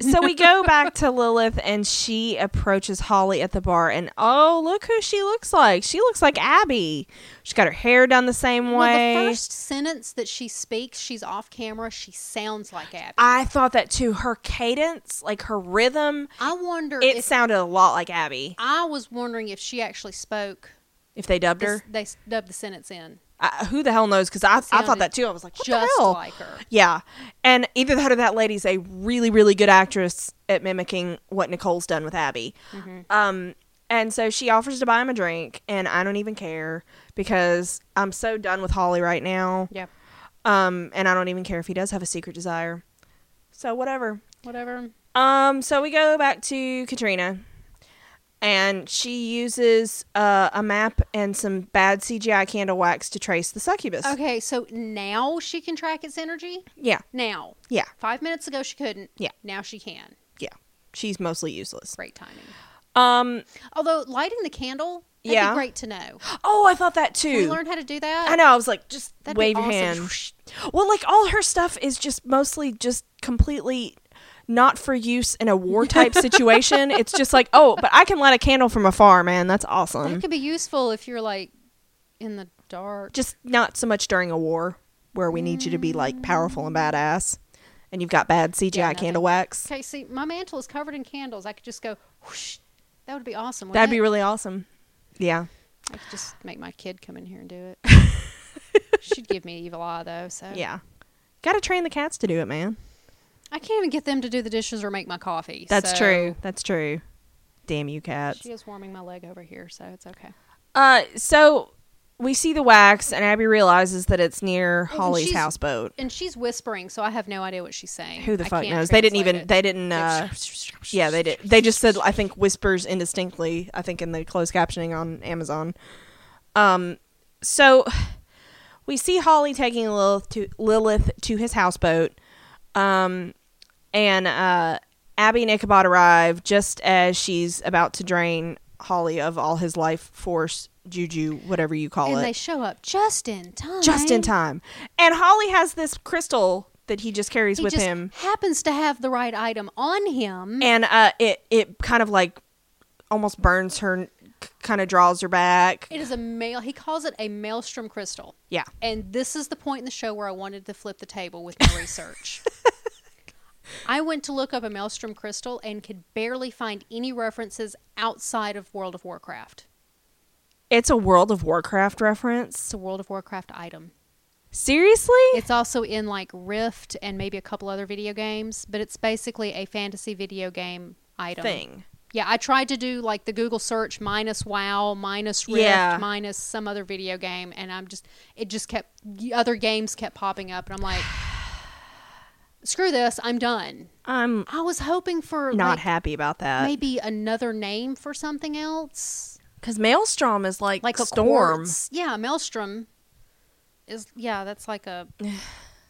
S1: [LAUGHS] so we go back to Lilith, and she approaches Holly at the bar, and oh, look who she looks like. She looks like Abby. She's got her hair done the same way.
S2: [LAUGHS] Well, the first sentence that she speaks, she's off camera. She sounds like Abby. I,
S1: I thought that too. Her cadence, like her rhythm,
S2: wonder
S1: it
S2: if
S1: sounded a lot like Abby.
S2: I was wondering if she actually spoke.
S1: If they dubbed
S2: This,
S1: her,
S2: they s- dubbed the sentence in
S1: I, who the hell knows? Because I, I thought
S2: sounded
S1: that too. I was like, what
S2: just
S1: the hell?
S2: like her.
S1: Yeah. And either that or that lady's a really, really good actress at mimicking what Nicole's done with Abby. Um, and so she offers to buy him a drink, and I don't even care because I'm so done with Holly right now.
S2: Yeah.
S1: Um, and I don't even care if he does have a secret desire. So, whatever.
S2: Whatever.
S1: Um, so we go back to Katrina, and she uses uh, a map and some bad CGI candle wax to trace the succubus.
S2: Okay, so now she can track its energy.
S1: Yeah.
S2: Now,
S1: Yeah.
S2: five minutes ago she couldn't.
S1: Yeah.
S2: Now she can.
S1: Yeah. She's mostly useless.
S2: Great timing.
S1: Um,
S2: Although lighting the candle, that'd
S1: Yeah.
S2: be great to know.
S1: Oh, I thought that
S2: Can we
S1: too.
S2: learn how to do that.
S1: I know. I was like, just
S2: That'd be
S1: wave your
S2: awesome.
S1: hand. Well, like all her stuff is just mostly just completely not for use in a
S2: [LAUGHS]
S1: war type situation. It's just like, oh, but I can light a candle from afar, man. That's awesome.
S2: That could be useful if you're like in the dark.
S1: Just not so much during a war where we need you to be like powerful and badass, and you've got bad CGI
S2: nothing.
S1: candle wax.
S2: Okay, see, my mantle is covered in candles. I could just go. Whoosh. That would be awesome. wouldn't
S1: That'd be
S2: it?
S1: really awesome. Yeah.
S2: I could just make my kid come in here and do it.
S1: [LAUGHS]
S2: She'd give me evil eye though. So
S1: Yeah. Got to train the cats to do it, man.
S2: I can't even get them to do the dishes or make my coffee.
S1: That's
S2: so-
S1: true. That's true. Damn you, cats.
S2: She is warming my leg over here, so it's okay.
S1: Uh, so we see the wax, and Abby realizes that it's near
S2: and
S1: Holly's
S2: she's-
S1: houseboat.
S2: And she's whispering, so I have no idea what she's saying.
S1: Who the
S2: I
S1: fuck
S2: can't
S1: knows? They didn't
S2: translate
S1: even.
S2: it.
S1: They didn't. Uh, yeah, they did. They just said, I think, whispers indistinctly. I think in the closed captioning on Amazon. Um, so we see Holly taking Lilith to Lilith to his houseboat. Um, and uh, Abby and Ichabod arrive just as she's about to drain Holly of all his life force, juju, whatever you call
S2: And
S1: it.
S2: they show up just in time.
S1: just in time. And Holly has this crystal that he just carries
S2: He
S1: with
S2: just
S1: him,
S2: happens to have the right item on him.
S1: and uh, it it kind of like almost burns her, kind of draws her back.
S2: It is a male. He calls it a maelstrom crystal.
S1: Yeah,
S2: And this is the point in the show where I wanted to flip the table with
S1: [LAUGHS]
S2: my research. I went to look up a maelstrom crystal and could barely find any references outside of World of Warcraft.
S1: it's a World of Warcraft reference.
S2: It's a World of Warcraft item.
S1: Seriously,
S2: It's also in like Rift and maybe a couple other video games, but it's basically a fantasy video game item.
S1: thing.
S2: Yeah, I tried to do like the Google search minus WoW, minus Rift,
S1: Yeah.
S2: minus some other video game, and I'm just it just kept other games kept popping up, and I'm like, [SIGHS] screw this, I'm done.
S1: I'm
S2: I was hoping for
S1: not
S2: like,
S1: happy about that
S2: maybe another name for something else,
S1: because Maelstrom is like
S2: like
S1: like
S2: a
S1: storm.
S2: quartz. Yeah, maelstrom is yeah, that's
S1: [SIGHS]
S2: like a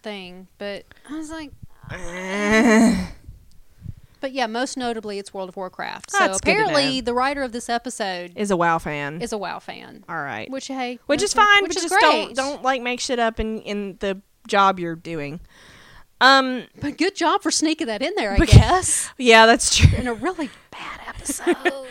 S2: thing, but I was like. But yeah, most notably, it's World of Warcraft. So
S1: That's good to
S2: apparently,
S1: know.
S2: the writer of this episode
S1: Is a WoW fan.
S2: is a WoW fan.
S1: All right.
S2: Which hey,
S1: which
S2: no
S1: is
S2: problem.
S1: fine
S2: Which
S1: but
S2: is
S1: just don't
S2: great.
S1: don't like make shit up in in the job you're doing um
S2: But good job for sneaking that in there, I
S1: Because- [LAUGHS]
S2: guess.
S1: yeah that's true
S2: In a really bad episode.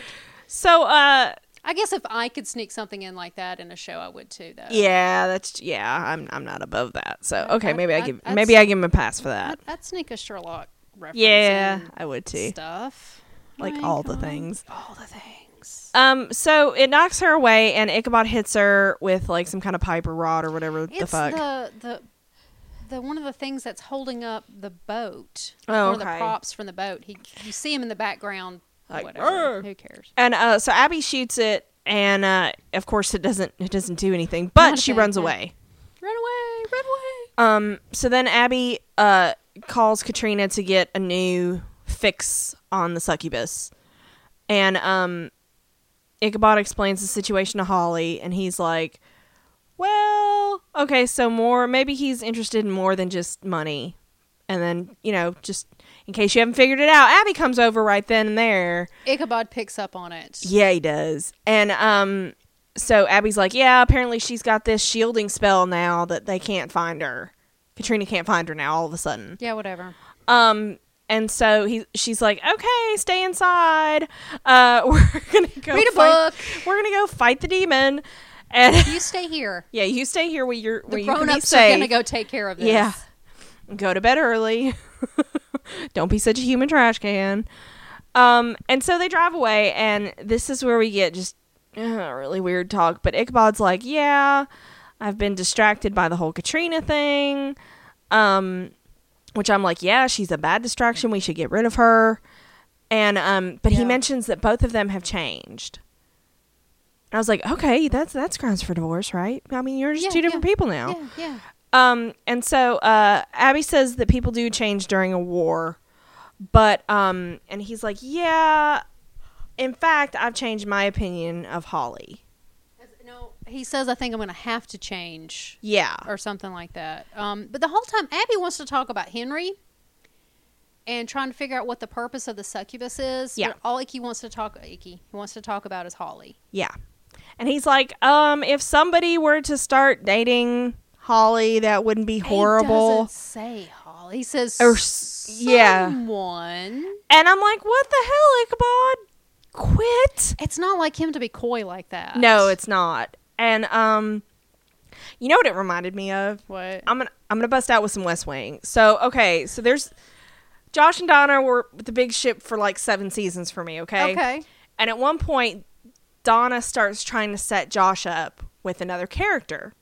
S1: so uh
S2: I guess if I could sneak something in like that in a show, I would too. Though.
S1: yeah that's yeah i'm i'm not above that so okay
S2: I'd-
S1: maybe i
S2: I'd-
S1: give
S2: I'd
S1: maybe i give him a pass for that
S2: I'd, I'd sneak a Sherlock reference.
S1: yeah
S2: in
S1: i would too
S2: Stuff.
S1: like
S2: My
S1: all the
S2: God.
S1: things
S2: All the things.
S1: um so it knocks her away and ichabod hits her with like some kind of pipe or rod or whatever the
S2: it's
S1: fuck
S2: the the the one of the things that's holding up the boat.
S1: Oh,
S2: One of the
S1: okay.
S2: props from the boat. He you see him in the background.
S1: Like,
S2: whatever.
S1: "Arr."
S2: Who cares?
S1: and uh so abby shoots it and uh of course it doesn't it doesn't do anything but
S2: Not a
S1: she
S2: thing,
S1: runs
S2: no.
S1: away
S2: Run away! Run away!
S1: Um, so then Abby uh, calls Katrina to get a new fix on the succubus. And um, Ichabod explains the situation to Holly, and he's like, Well, okay, so more, maybe he's interested in more than just money. And then, you know, just in case you haven't figured it out, Abby comes over right then and there.
S2: Ichabod picks up on it.
S1: Yeah, he does. And um so Abby's like, "Yeah, apparently she's got this shielding spell now that they can't find her. Katrina can't find her now all of a sudden."
S2: Yeah, whatever.
S1: Um and so he she's like, "Okay, stay inside. Uh [LAUGHS] we're going to go
S2: Read a
S1: fight,
S2: book.
S1: We're going to go fight the demon." And [LAUGHS]
S2: You stay here.
S1: yeah, you stay here where you're where
S2: The
S1: you can
S2: grown
S1: be
S2: ups are
S1: safe.
S2: gonna go take care of this.
S1: Yeah. Go to bed early. [LAUGHS] Don't be such a human trash can. Um, and so they drive away, and this is where we get just uh, really weird talk. But Ichabod's like, Yeah, I've been distracted by the whole Katrina thing. Um, which I'm like, Yeah, she's a bad distraction. We should get rid of her. And, um, but he
S2: Yeah.
S1: mentions that both of them have changed. I was like, okay, that's that's grounds for divorce, right? I mean, you're just
S2: Yeah,
S1: two different
S2: yeah.
S1: people now.
S2: Yeah, yeah.
S1: Um, and so uh, Abby says that people do change during a war, but um, and he's like, yeah. In fact, I've changed my opinion of Holly.
S2: No, he says I think I'm gonna have to change
S1: Yeah,
S2: or something like that. Um, but the whole time Abby wants to talk about Henry and trying to figure out what the purpose of the succubus is.
S1: Yeah.
S2: But all Icky wants to talk Icky he wants to talk about is Holly.
S1: yeah. And he's like, um, if somebody were to start dating Holly, that wouldn't be
S2: He
S1: horrible.
S2: doesn't say Holly. He says
S1: Or s- yeah.
S2: someone.
S1: And I'm like, what the hell, Ichabod? Quit.
S2: It's not like him to be coy like that.
S1: No, it's not. And um, you know what it reminded me of?
S2: what
S1: I'm gonna I'm gonna bust out with some West Wing. So okay, so there's Josh and Donna were the big ship for like seven seasons for me. Okay,
S2: Okay.
S1: And at one point, Donna starts trying to set Josh up with another character.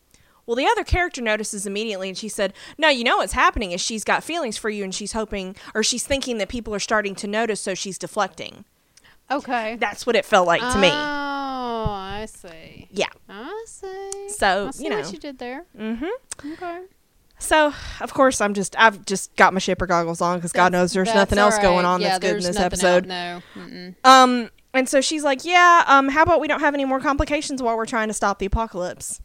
S1: Well, the other character notices immediately, and she said, "No, you know what's happening is she's got feelings for you, and she's hoping or she's thinking that people are starting to notice, so she's deflecting."
S2: Okay.
S1: That's what it felt like to
S2: oh,
S1: me.
S2: I see.
S1: Yeah.
S2: I see.
S1: So,
S2: I see
S1: you know.
S2: what you did there.
S1: Mm-hmm.
S2: Okay.
S1: So, of course, I'm just I've just got my shipper goggles on because God knows there's
S2: That's
S1: nothing else
S2: all right.
S1: going on
S2: Yeah,
S1: that's good in
S2: there's
S1: this
S2: nothing
S1: episode.
S2: out, no. Mm-mm.
S1: Um, and so she's like, "Yeah, um, how about we don't have any more complications while we're trying to stop the apocalypse?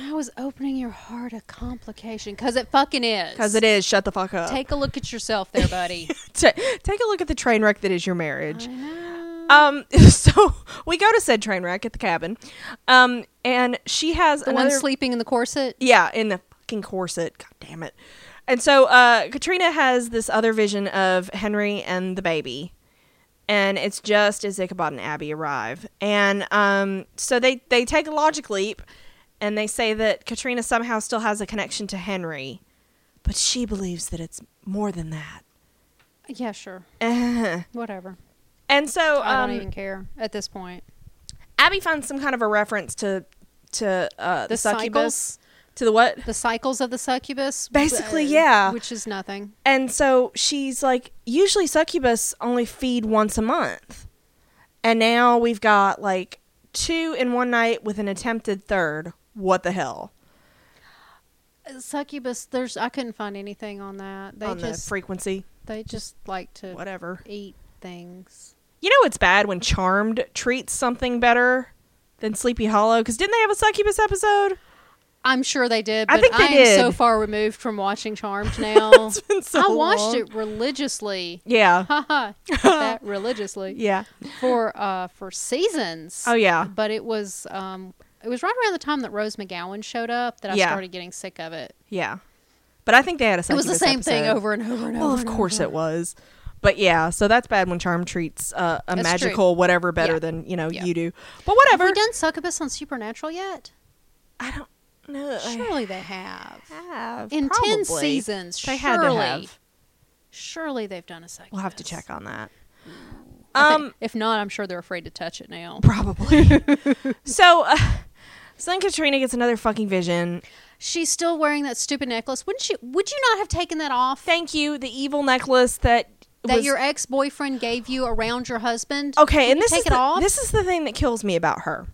S2: I was opening your heart a complication because it fucking is.
S1: Because it is. Shut the fuck up.
S2: Take a look at yourself there, [LAUGHS] buddy.
S1: Ta- [LAUGHS] take a look at the train wreck that is your marriage.
S2: know.
S1: Um, [LAUGHS] so we go to said train wreck at the cabin, um, and she has
S2: the
S1: another
S2: one sleeping in the corset.
S1: yeah in the fucking corset. God damn it. And so uh, Katrina has this other vision of Henry and the baby. And it's just as Ichabod and Abby arrive. And um, so they, they take a logic leap and they say that Katrina somehow still has a connection to Henry, but she believes that it's more than that. [LAUGHS]
S2: Yeah, sure. Whatever.
S1: And so
S2: I don't
S1: um,
S2: even care at this point.
S1: Abby finds some kind of a reference to to uh, the,
S2: The
S1: succubus.
S2: cycles?
S1: To the what?
S2: The cycles of the succubus. Uh,
S1: Basically, yeah.
S2: Which is nothing.
S1: And so she's like, usually succubus only feed once a month. And now we've got like two in one night with an attempted third. What the hell?
S2: Uh, Succubus. There's. I couldn't find anything on that. They
S1: On
S2: just.
S1: the frequency,
S2: they just like to
S1: whatever.
S2: eat things.
S1: You know it's bad when Charmed treats something better than Sleepy Hollow? Because didn't they have a succubus episode?
S2: I'm sure they did,
S1: I
S2: but
S1: think they
S2: am
S1: did.
S2: so far removed from watching [LAUGHS] Charmed now.
S1: It's been so
S2: I watched
S1: long.
S2: it religiously.
S1: Yeah.
S2: [LAUGHS] Haha. that religiously.
S1: Yeah.
S2: For uh for seasons.
S1: Oh, yeah.
S2: But it was um it was right around the time that Rose McGowan showed up that I
S1: Yeah.
S2: started getting sick of it.
S1: Yeah. But I think they had a
S2: it was the
S1: succubus
S2: same thing
S1: episode.
S2: over and over and over.
S1: Well, of
S2: and
S1: course
S2: over.
S1: it was. But yeah, so that's bad when Charm treats uh, a
S2: That's true.
S1: magical whatever better
S2: Yeah.
S1: than, you know,
S2: Yeah.
S1: you do. But whatever.
S2: Have we done Succubus on Supernatural yet?
S1: I don't know. I
S2: Surely they have.
S1: have.
S2: In
S1: probably.
S2: ten seasons,
S1: They
S2: surely,
S1: had to have.
S2: surely they've done a Succubus.
S1: We'll have to check on that.
S2: Mm. I think-
S1: Um,
S2: if not, I'm sure they're afraid to touch it now.
S1: Probably.
S2: [LAUGHS]
S1: so, uh, so then Katrina gets another fucking vision.
S2: She's still wearing that stupid necklace. Wouldn't she? Would you not have taken that off?
S1: Thank you, the evil necklace that
S2: that
S1: was-
S2: your ex boyfriend gave you around your husband.
S1: okay.
S2: Can
S1: and
S2: you
S1: this
S2: take
S1: is
S2: it
S1: the,
S2: off.
S1: this is the thing that kills me about her.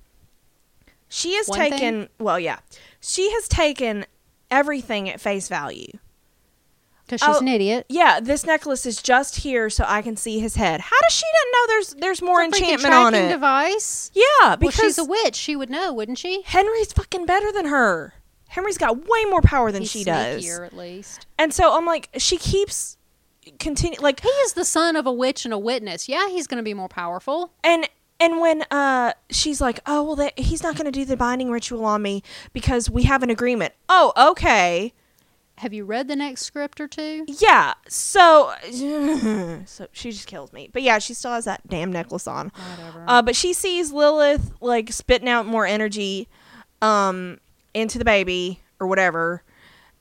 S1: She has
S2: One thing?
S1: taken well, yeah, she has taken everything at face value.
S2: because
S1: she's
S2: she's
S1: oh, an
S2: an idiot.
S1: Yeah, this necklace is just here so I can see his head. How does she not know there's there's more enchantment on it?
S2: device.
S1: yeah,
S2: Well,
S1: because
S2: she's a witch. She would know, wouldn't she?
S1: Henry's fucking better than her. Henry's got way more power than
S2: He's
S1: she does.
S2: sneakier, at least.
S1: And so I'm like, she keeps continue like
S2: He is the son of a witch and a witness. Yeah, he's going to be more powerful.
S1: and and when uh she's like, oh well, that, he's not going to do the binding ritual on me because we have an agreement. Oh, okay,
S2: Have you read the next script or two?
S1: yeah. So [LAUGHS] so she just kills me. But yeah, she still has that damn necklace on.
S2: Whatever.
S1: Uh, but she sees Lilith like spitting out more energy um into the baby or whatever.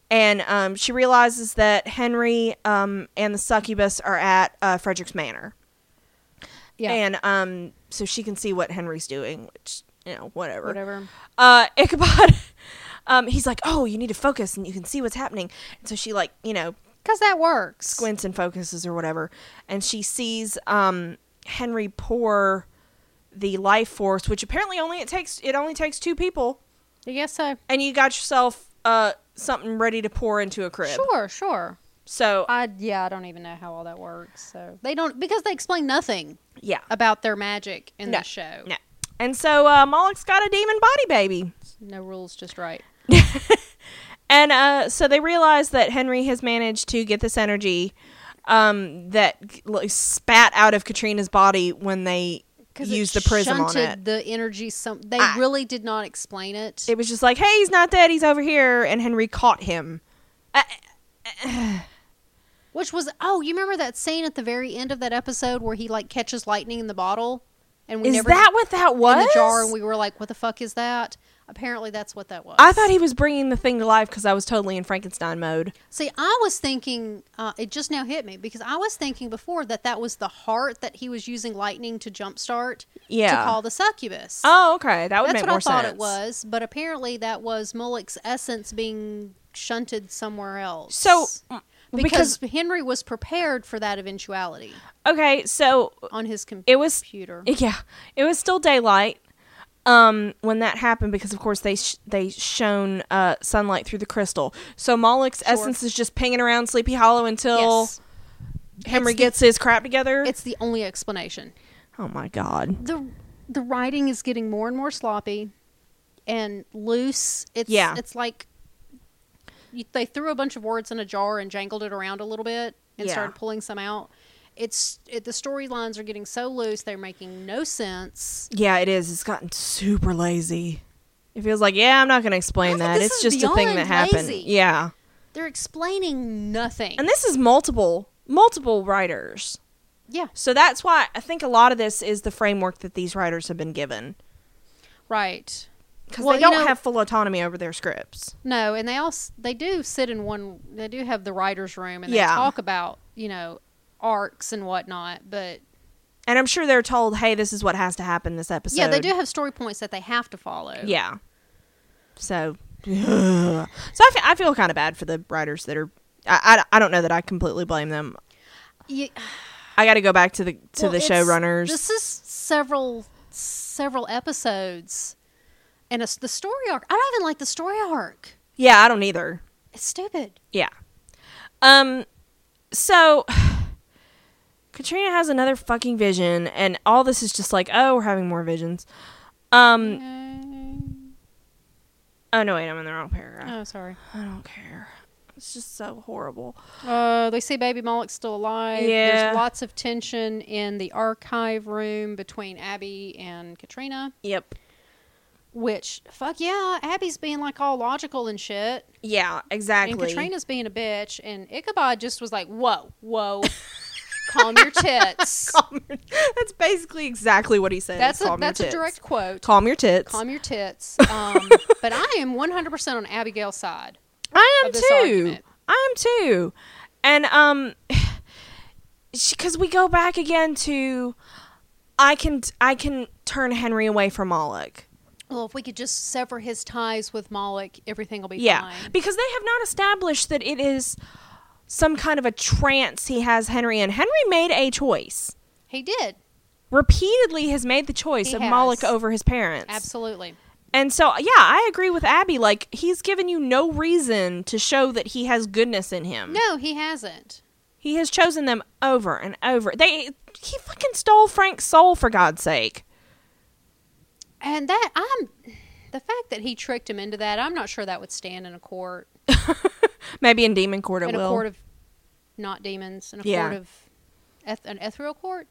S1: And um, she realizes that Henry um, and the succubus are at uh, Frederick's Manor.
S2: yeah.
S1: And um, so she can see what Henry's doing, which you know, whatever.
S2: whatever.
S1: Uh, Ichabod, [LAUGHS] um, he's like, oh, you need to focus, and you can see what's happening. And so she like, you know,
S2: Because that works.
S1: squints and focuses or whatever, and she sees um, Henry pour the life force, which apparently only it takes it only takes two people,
S2: I guess so.
S1: and you got yourself uh, something ready to pour into a crib.
S2: Sure, sure.
S1: So
S2: I yeah, I don't even know how all that works. So they don't because they explain nothing
S1: yeah,
S2: about their magic in
S1: No,
S2: the show.
S1: no. And so uh, Moloch's got a demon body baby.
S2: No rules, just right.
S1: [LAUGHS] And uh, so they realize that Henry has managed to get this energy um, that like, spat out of Katrina's body when they
S2: Because
S1: used the prism on it.
S2: The energy. Some they
S1: I-
S2: really did not explain it.
S1: It was just like, hey, he's not dead, he's over here. And Henry caught him.
S2: which was oh, you remember that scene at the very end of that episode where he like catches lightning in the bottle, and we
S1: Is
S2: never
S1: that what that was?
S2: in the jar, and we were like, what the fuck is that? Apparently, that's what that was.
S1: I thought he was bringing the thing to life because I was totally in Frankenstein mode.
S2: See, I was thinking uh, it just now hit me because I was thinking before that that was the heart that he was using lightning to jumpstart
S1: Yeah.
S2: to call the succubus.
S1: Oh, okay. That would
S2: That's
S1: make
S2: what
S1: more
S2: I thought
S1: sense.
S2: it was, but apparently that was Mullick's essence being shunted somewhere else.
S1: So, mm,
S2: because, Henry was prepared for that eventuality
S1: Okay, so
S2: on his com-
S1: it was
S2: computer.
S1: yeah, it was still daylight um, when that happened because of course they sh- they shone uh, sunlight through the crystal. So Moloch's essence is just pinging around Sleepy Hollow until
S2: yes.
S1: Henry
S2: It's the-
S1: gets his crap together.
S2: It's the only explanation.
S1: oh my god.
S2: the the writing is getting more and more sloppy and loose. It's
S1: Yeah.
S2: it's like you, they threw a bunch of words in a jar and jangled it around a little bit and
S1: Yeah.
S2: started pulling some out. It's it, the storylines are getting so loose; they're making no sense.
S1: Yeah, it is. It's gotten super lazy. It feels like, yeah, I'm not going to explain
S2: was like,
S1: that.
S2: this
S1: It's
S2: is
S1: just a thing
S2: beyond
S1: that happened.
S2: lazy.
S1: Yeah.
S2: They're explaining nothing.
S1: And this is multiple, multiple writers.
S2: yeah,
S1: So that's why I think a lot of this is the framework that these writers have been given.
S2: right.
S1: Because
S2: Well,
S1: they
S2: you
S1: don't
S2: know-
S1: have full autonomy over their scripts.
S2: No, and they also they do sit in one. They do have the writers' room and
S1: Yeah.
S2: they talk about you know arcs and whatnot, but
S1: And I'm sure they're told, hey, this is what has to happen this episode.
S2: yeah, they do have story points that they have to follow.
S1: Yeah. So, [SIGHS] so I fe- I feel kind of bad for the writers that are. I, I, I don't know that I completely blame them.
S2: Ye-
S1: I got to go back to the to
S2: Well,
S1: the
S2: it's-
S1: showrunners.
S2: This is several several episodes, and it's the story arc. I don't even like the story arc.
S1: yeah, I don't either.
S2: It's stupid.
S1: Yeah. Um so [SIGHS] Katrina has another fucking vision and all Mm. this is just like, oh, we're having more visions. Um Oh no, wait, I'm in the wrong paragraph.
S2: Mm. Oh, sorry.
S1: I don't care. It's just so horrible.
S2: Uh, they see Baby Moloch still alive.
S1: Yeah.
S2: There's lots of tension in the archive room between Abby and Katrina,
S1: Yep.
S2: which, fuck yeah, Abby's being like all logical and shit.
S1: Yeah, exactly.
S2: And Katrina's being a bitch. And Ichabod just was like, whoa, whoa, calm [LAUGHS] your tits.
S1: Calm your- that's basically exactly what he said.
S2: that's
S1: is
S2: a,
S1: calm your
S2: that's a
S1: tits.
S2: direct quote.
S1: Calm your tits.
S2: Calm your tits. [LAUGHS] Um, but I am 100% on Abigail's side.
S1: I am
S2: of
S1: too.
S2: this argument.
S1: I am too. And um, [SIGHS] because we go back again to, I can I can turn Henry away from Moloch.
S2: Well, if we could just sever his ties with Moloch, everything will be
S1: Yeah,
S2: fine.
S1: because they have not established that it is some kind of a trance he has Henry in. Henry made a choice.
S2: He did.
S1: Repeatedly has made the choice
S2: He
S1: of
S2: has.
S1: Moloch over his parents.
S2: Absolutely.
S1: And so, yeah, I agree with Abby. Like, he's given you no reason to show that he has goodness in him.
S2: No, he hasn't.
S1: He has chosen them over and over. They he fucking stole Frank's soul for God's sake. [LAUGHS]
S2: And that I'm the fact that he tricked him into that, I'm not sure that would stand in a court.
S1: Maybe in demon court it
S2: in a
S1: will.
S2: court of not demons, in a
S1: Yeah.
S2: court of eth- an ethereal court.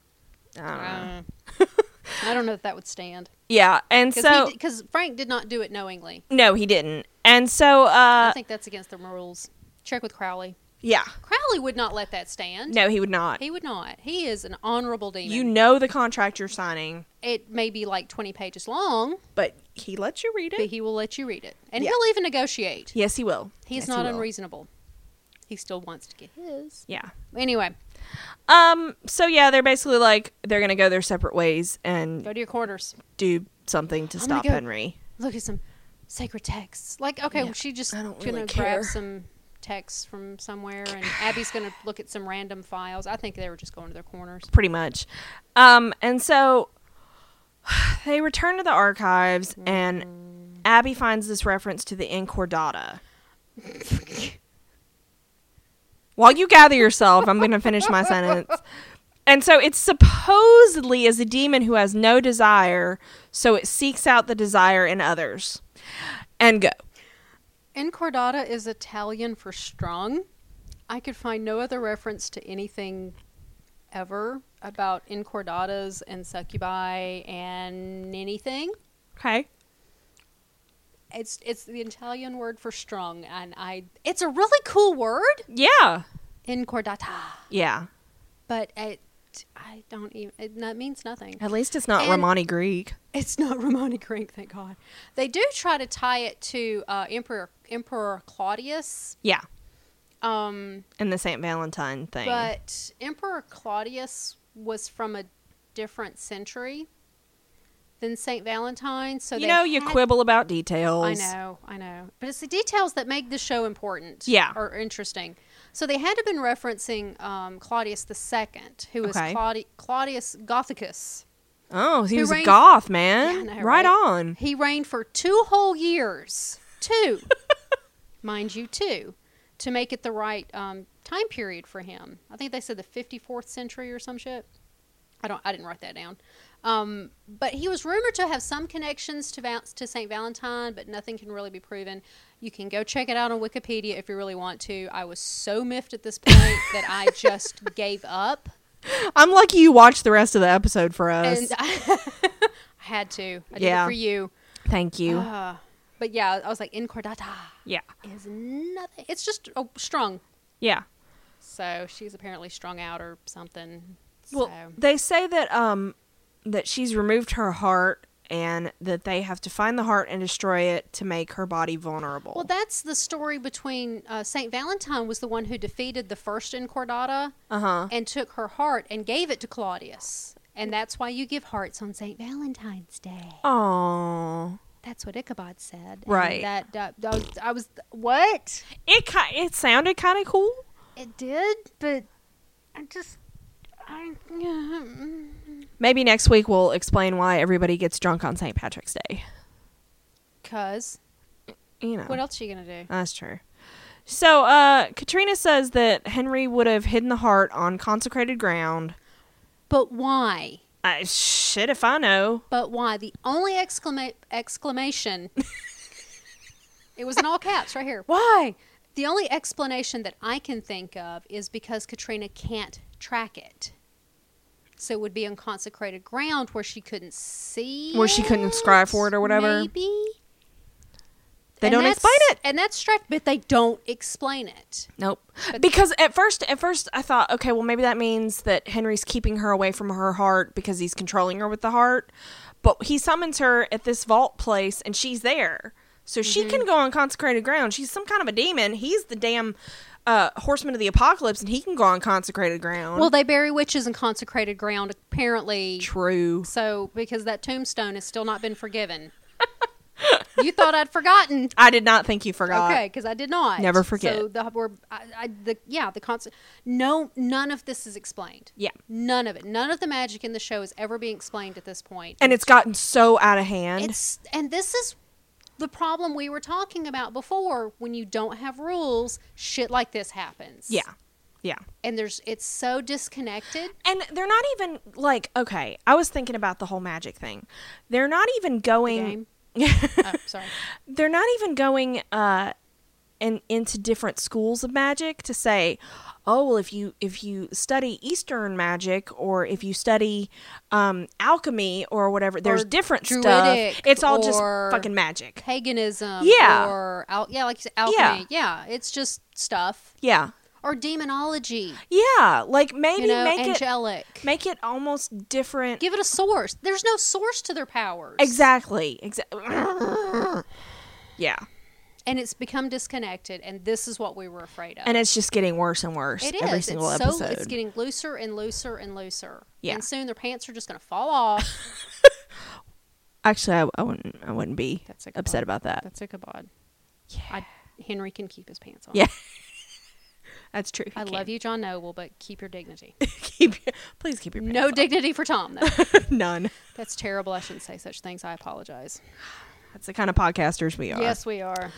S1: I don't know. [LAUGHS]
S2: Uh, I don't know if that would stand
S1: yeah, and
S2: because
S1: so
S2: Frank did not do it knowingly.
S1: no, he didn't. And so uh
S2: I think that's against the rules. Check with Crowley.
S1: yeah,
S2: Crowley would not let that stand.
S1: no, he would not.
S2: He would not. He is an honorable demon.
S1: You know the contract you're signing,
S2: it may be like 20 pages long,
S1: but he lets you read
S2: but
S1: it.
S2: he will let you read it. And
S1: Yeah.
S2: he'll even negotiate.
S1: Yes, he will.
S2: He's
S1: Yes, he
S2: not
S1: will.
S2: unreasonable. He still wants to get his.
S1: Yeah.
S2: Anyway,
S1: Um. So yeah, they're basically like they're gonna go their separate ways and
S2: go to your quarters.
S1: do something to
S2: gonna
S1: stop
S2: go-
S1: Henry.
S2: Look at some sacred texts. Like, okay,
S1: Yeah,
S2: well, she just
S1: I don't
S2: gonna
S1: really care.
S2: grab some texts from somewhere, [SIGHS] and Abby's gonna look at some random files. I think they were just going to their corners.
S1: pretty much. Um, and so [SIGHS] they return to the archives, and Abby finds this reference to the [LAUGHS] Incordata. While you gather yourself, I'm going to finish my sentence. And so it supposedly is a demon who has no desire, so it seeks out the desire in others. And go.
S2: Incordata is Italian for strong. I could find no other reference to anything ever about incordatas and succubi and anything.
S1: Okay.
S2: It's it's the Italian word for strong, and I it's a really cool word,
S1: Yeah.
S2: incordata.
S1: Yeah.
S2: But it, I don't even it, that means nothing.
S1: At least it's not
S2: And-
S1: Romani Greek.
S2: It's not Romani Greek, thank God. They do try to tie it to uh, Emperor Emperor Claudius.
S1: Yeah.
S2: Um,
S1: And the St. Valentine thing.
S2: But Emperor Claudius was from a different century than Saint Valentine, so
S1: you
S2: they
S1: know, you
S2: had-
S1: quibble about details.
S2: I know, I know, but it's the details that make the show important,
S1: Yeah.
S2: or interesting. So they had to have been referencing um, Claudius the Second, who was
S1: Okay.
S2: Claudi- Claudius Gothicus.
S1: Oh, he
S2: Who
S1: was a
S2: reigns-
S1: goth, man.
S2: Yeah, I know,
S1: right,
S2: right?
S1: on.
S2: He reigned for two whole years,
S1: [LAUGHS]
S2: two, mind you, two, to make it the right um, time period for him. I think they said the fifty-fourth century or some shit. I don't. I didn't write that down. Um, but he was rumored to have some connections to Val- to Saint Valentine, but nothing can really be proven. You can go check it out on Wikipedia if you really want to. I was so miffed
S1: [LAUGHS]
S2: at this point that I just gave up.
S1: I'm lucky you watched the rest of the episode for us.
S2: And [LAUGHS] uh, I, I had to. I did
S1: Yeah.
S2: it for you.
S1: Thank you.
S2: Ah. but yeah, I was like, Incordata
S1: yeah.
S2: is nothing. It's just oh, strung.
S1: Yeah.
S2: So she's apparently strung out or something.
S1: Well,
S2: so.
S1: they say that um that she's removed her heart and that they have to find the heart and destroy it to make her body vulnerable.
S2: Well, that's the story between uh, Saint Valentine was the one who defeated the first Incordata
S1: uh-huh.
S2: and took her heart and gave it to Claudius, and that's why you give hearts on Saint Valentine's Day.
S1: Oh.
S2: That's what Ichabod said. and
S1: Right.
S2: That, that, that was, I was what
S1: It ki- it sounded kind of cool.
S2: it did, but I just I. [LAUGHS]
S1: Maybe next week we'll explain why everybody gets drunk on St. Patrick's Day.
S2: Cause
S1: You know.
S2: what else you gonna do?
S1: That's true. So, uh, Katrina says that Henry would have hidden the heart on consecrated ground.
S2: But why?
S1: I, shit, if I know.
S2: [LAUGHS] But why? The only exclama- exclamation It was in all caps right here. Why? The only explanation that I can think of is because Katrina can't track it. So it would be on consecrated ground where she couldn't see.
S1: Where she couldn't scribe for it or whatever.
S2: Maybe.
S1: They
S2: And
S1: don't
S2: that's-
S1: explain it.
S2: And that's track, but they don't explain it.
S1: Nope. Because at first, at first, I thought, okay, well, maybe that means that Henry's keeping her away from her heart because he's controlling her with the heart. But he summons her at this vault place, and she's there, so she
S2: Mm-hmm.
S1: can go on consecrated ground. She's some kind of a demon. He's the damn uh, horseman of the apocalypse, and he can go on consecrated ground.
S2: Well, they bury witches in consecrated ground, apparently.
S1: true.
S2: So, because that tombstone has still not been forgiven. [LAUGHS] you thought I'd forgotten.
S1: I did not think you forgot.
S2: Okay, because I did not.
S1: Never forget.
S2: So the we're, I, I, the yeah the concept. No, none of this is explained.
S1: Yeah.
S2: None of it. None of the magic in the show is ever being explained at this point.
S1: And it's gotten so out of hand.
S2: it's and this is the problem we were talking about before. When you don't have rules, shit like this happens.
S1: yeah. Yeah.
S2: And there's it's so disconnected.
S1: And they're not even like okay. I was thinking about the whole magic thing. They're not even going. [LAUGHS]
S2: Oh, sorry.
S1: they're not even going uh, and into different schools of magic to say, oh well, if you if you study Eastern magic or if you study um, alchemy or whatever, there's
S2: Or
S1: different
S2: druidic
S1: stuff. It's all just
S2: or-
S1: fucking magic.
S2: Paganism.
S1: Yeah.
S2: Or al- yeah, like you said, alchemy. Yeah. It's just stuff
S1: Yeah,
S2: or demonology.
S1: yeah. Like maybe
S2: you know,
S1: make
S2: angelic.
S1: it make it almost different.
S2: Give it a source. There's no source to their powers.
S1: exactly. Exactly. yeah.
S2: And it's become disconnected, and this is what we were afraid of.
S1: and it's just getting worse and worse
S2: it is.
S1: every single
S2: it's
S1: episode.
S2: so it's getting looser and looser and looser.
S1: Yeah.
S2: And soon their pants are just going to
S1: [LAUGHS]
S2: fall off.
S1: Actually, I, I wouldn't. I wouldn't be
S2: That's a good
S1: upset about that.
S2: That's Ichabod. Yeah. I, Henry can keep his pants on.
S1: Yeah. [LAUGHS] That's true.
S2: I love you, John Noble, but keep your dignity.
S1: [LAUGHS] Keep your, please keep your pants
S2: No dignity for Tom,
S1: [LAUGHS]
S2: though.
S1: up. none.
S2: That's terrible. I shouldn't say such things. I apologize.
S1: That's the kind of podcasters we are.
S2: Yes, we are.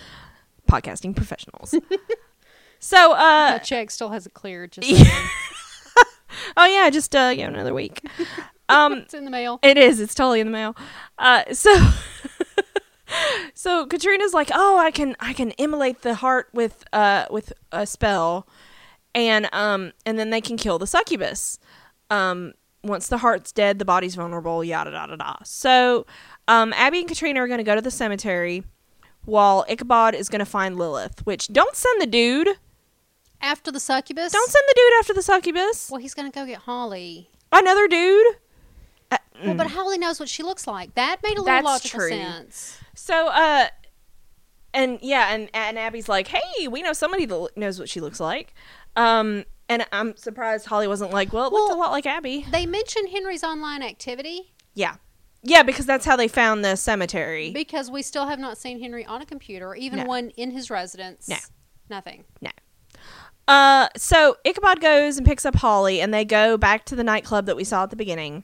S1: podcasting professionals. [LAUGHS] so, uh,
S2: [LAUGHS] My check still hasn't cleared.
S1: [LAUGHS]
S2: Just
S1: Yeah. oh yeah, just uh, yeah, another
S2: [LAUGHS]
S1: week. Um,
S2: it's in the mail.
S1: It is. It's totally in the mail. Uh, so, [LAUGHS] so Katrina's like, "Oh, I can, I can immolate the heart with, uh, with a spell, and um, and then they can kill the succubus. Um, once the heart's dead, the body's vulnerable. Yada yada yada. So, um, Abby and Katrina are going to go to the cemetery, while Ichabod is going to find Lilith. Which don't send the dude.
S2: After the succubus.
S1: Don't send the dude after the succubus.
S2: Well, he's going to go get Holly.
S1: Another dude.
S2: Well, but Holly knows what she looks like. That made a little
S1: Mm. That's
S2: logical
S1: true.
S2: sense.
S1: So, uh, and yeah, and and Abby's like, "Hey, we know somebody that lo- knows what she looks like." Um, and I'm surprised Holly wasn't like, "Well, it looked a lot like Abby."
S2: They mentioned Henry's online activity
S1: Yeah, yeah, because that's how they found the cemetery.
S2: because we still have not seen Henry on a computer, or even
S1: No.
S2: one in his residence.
S1: No. [LAUGHS]
S2: Nothing.
S1: uh, so Ichabod goes and picks up Holly, and they go back to the nightclub that we saw at the beginning.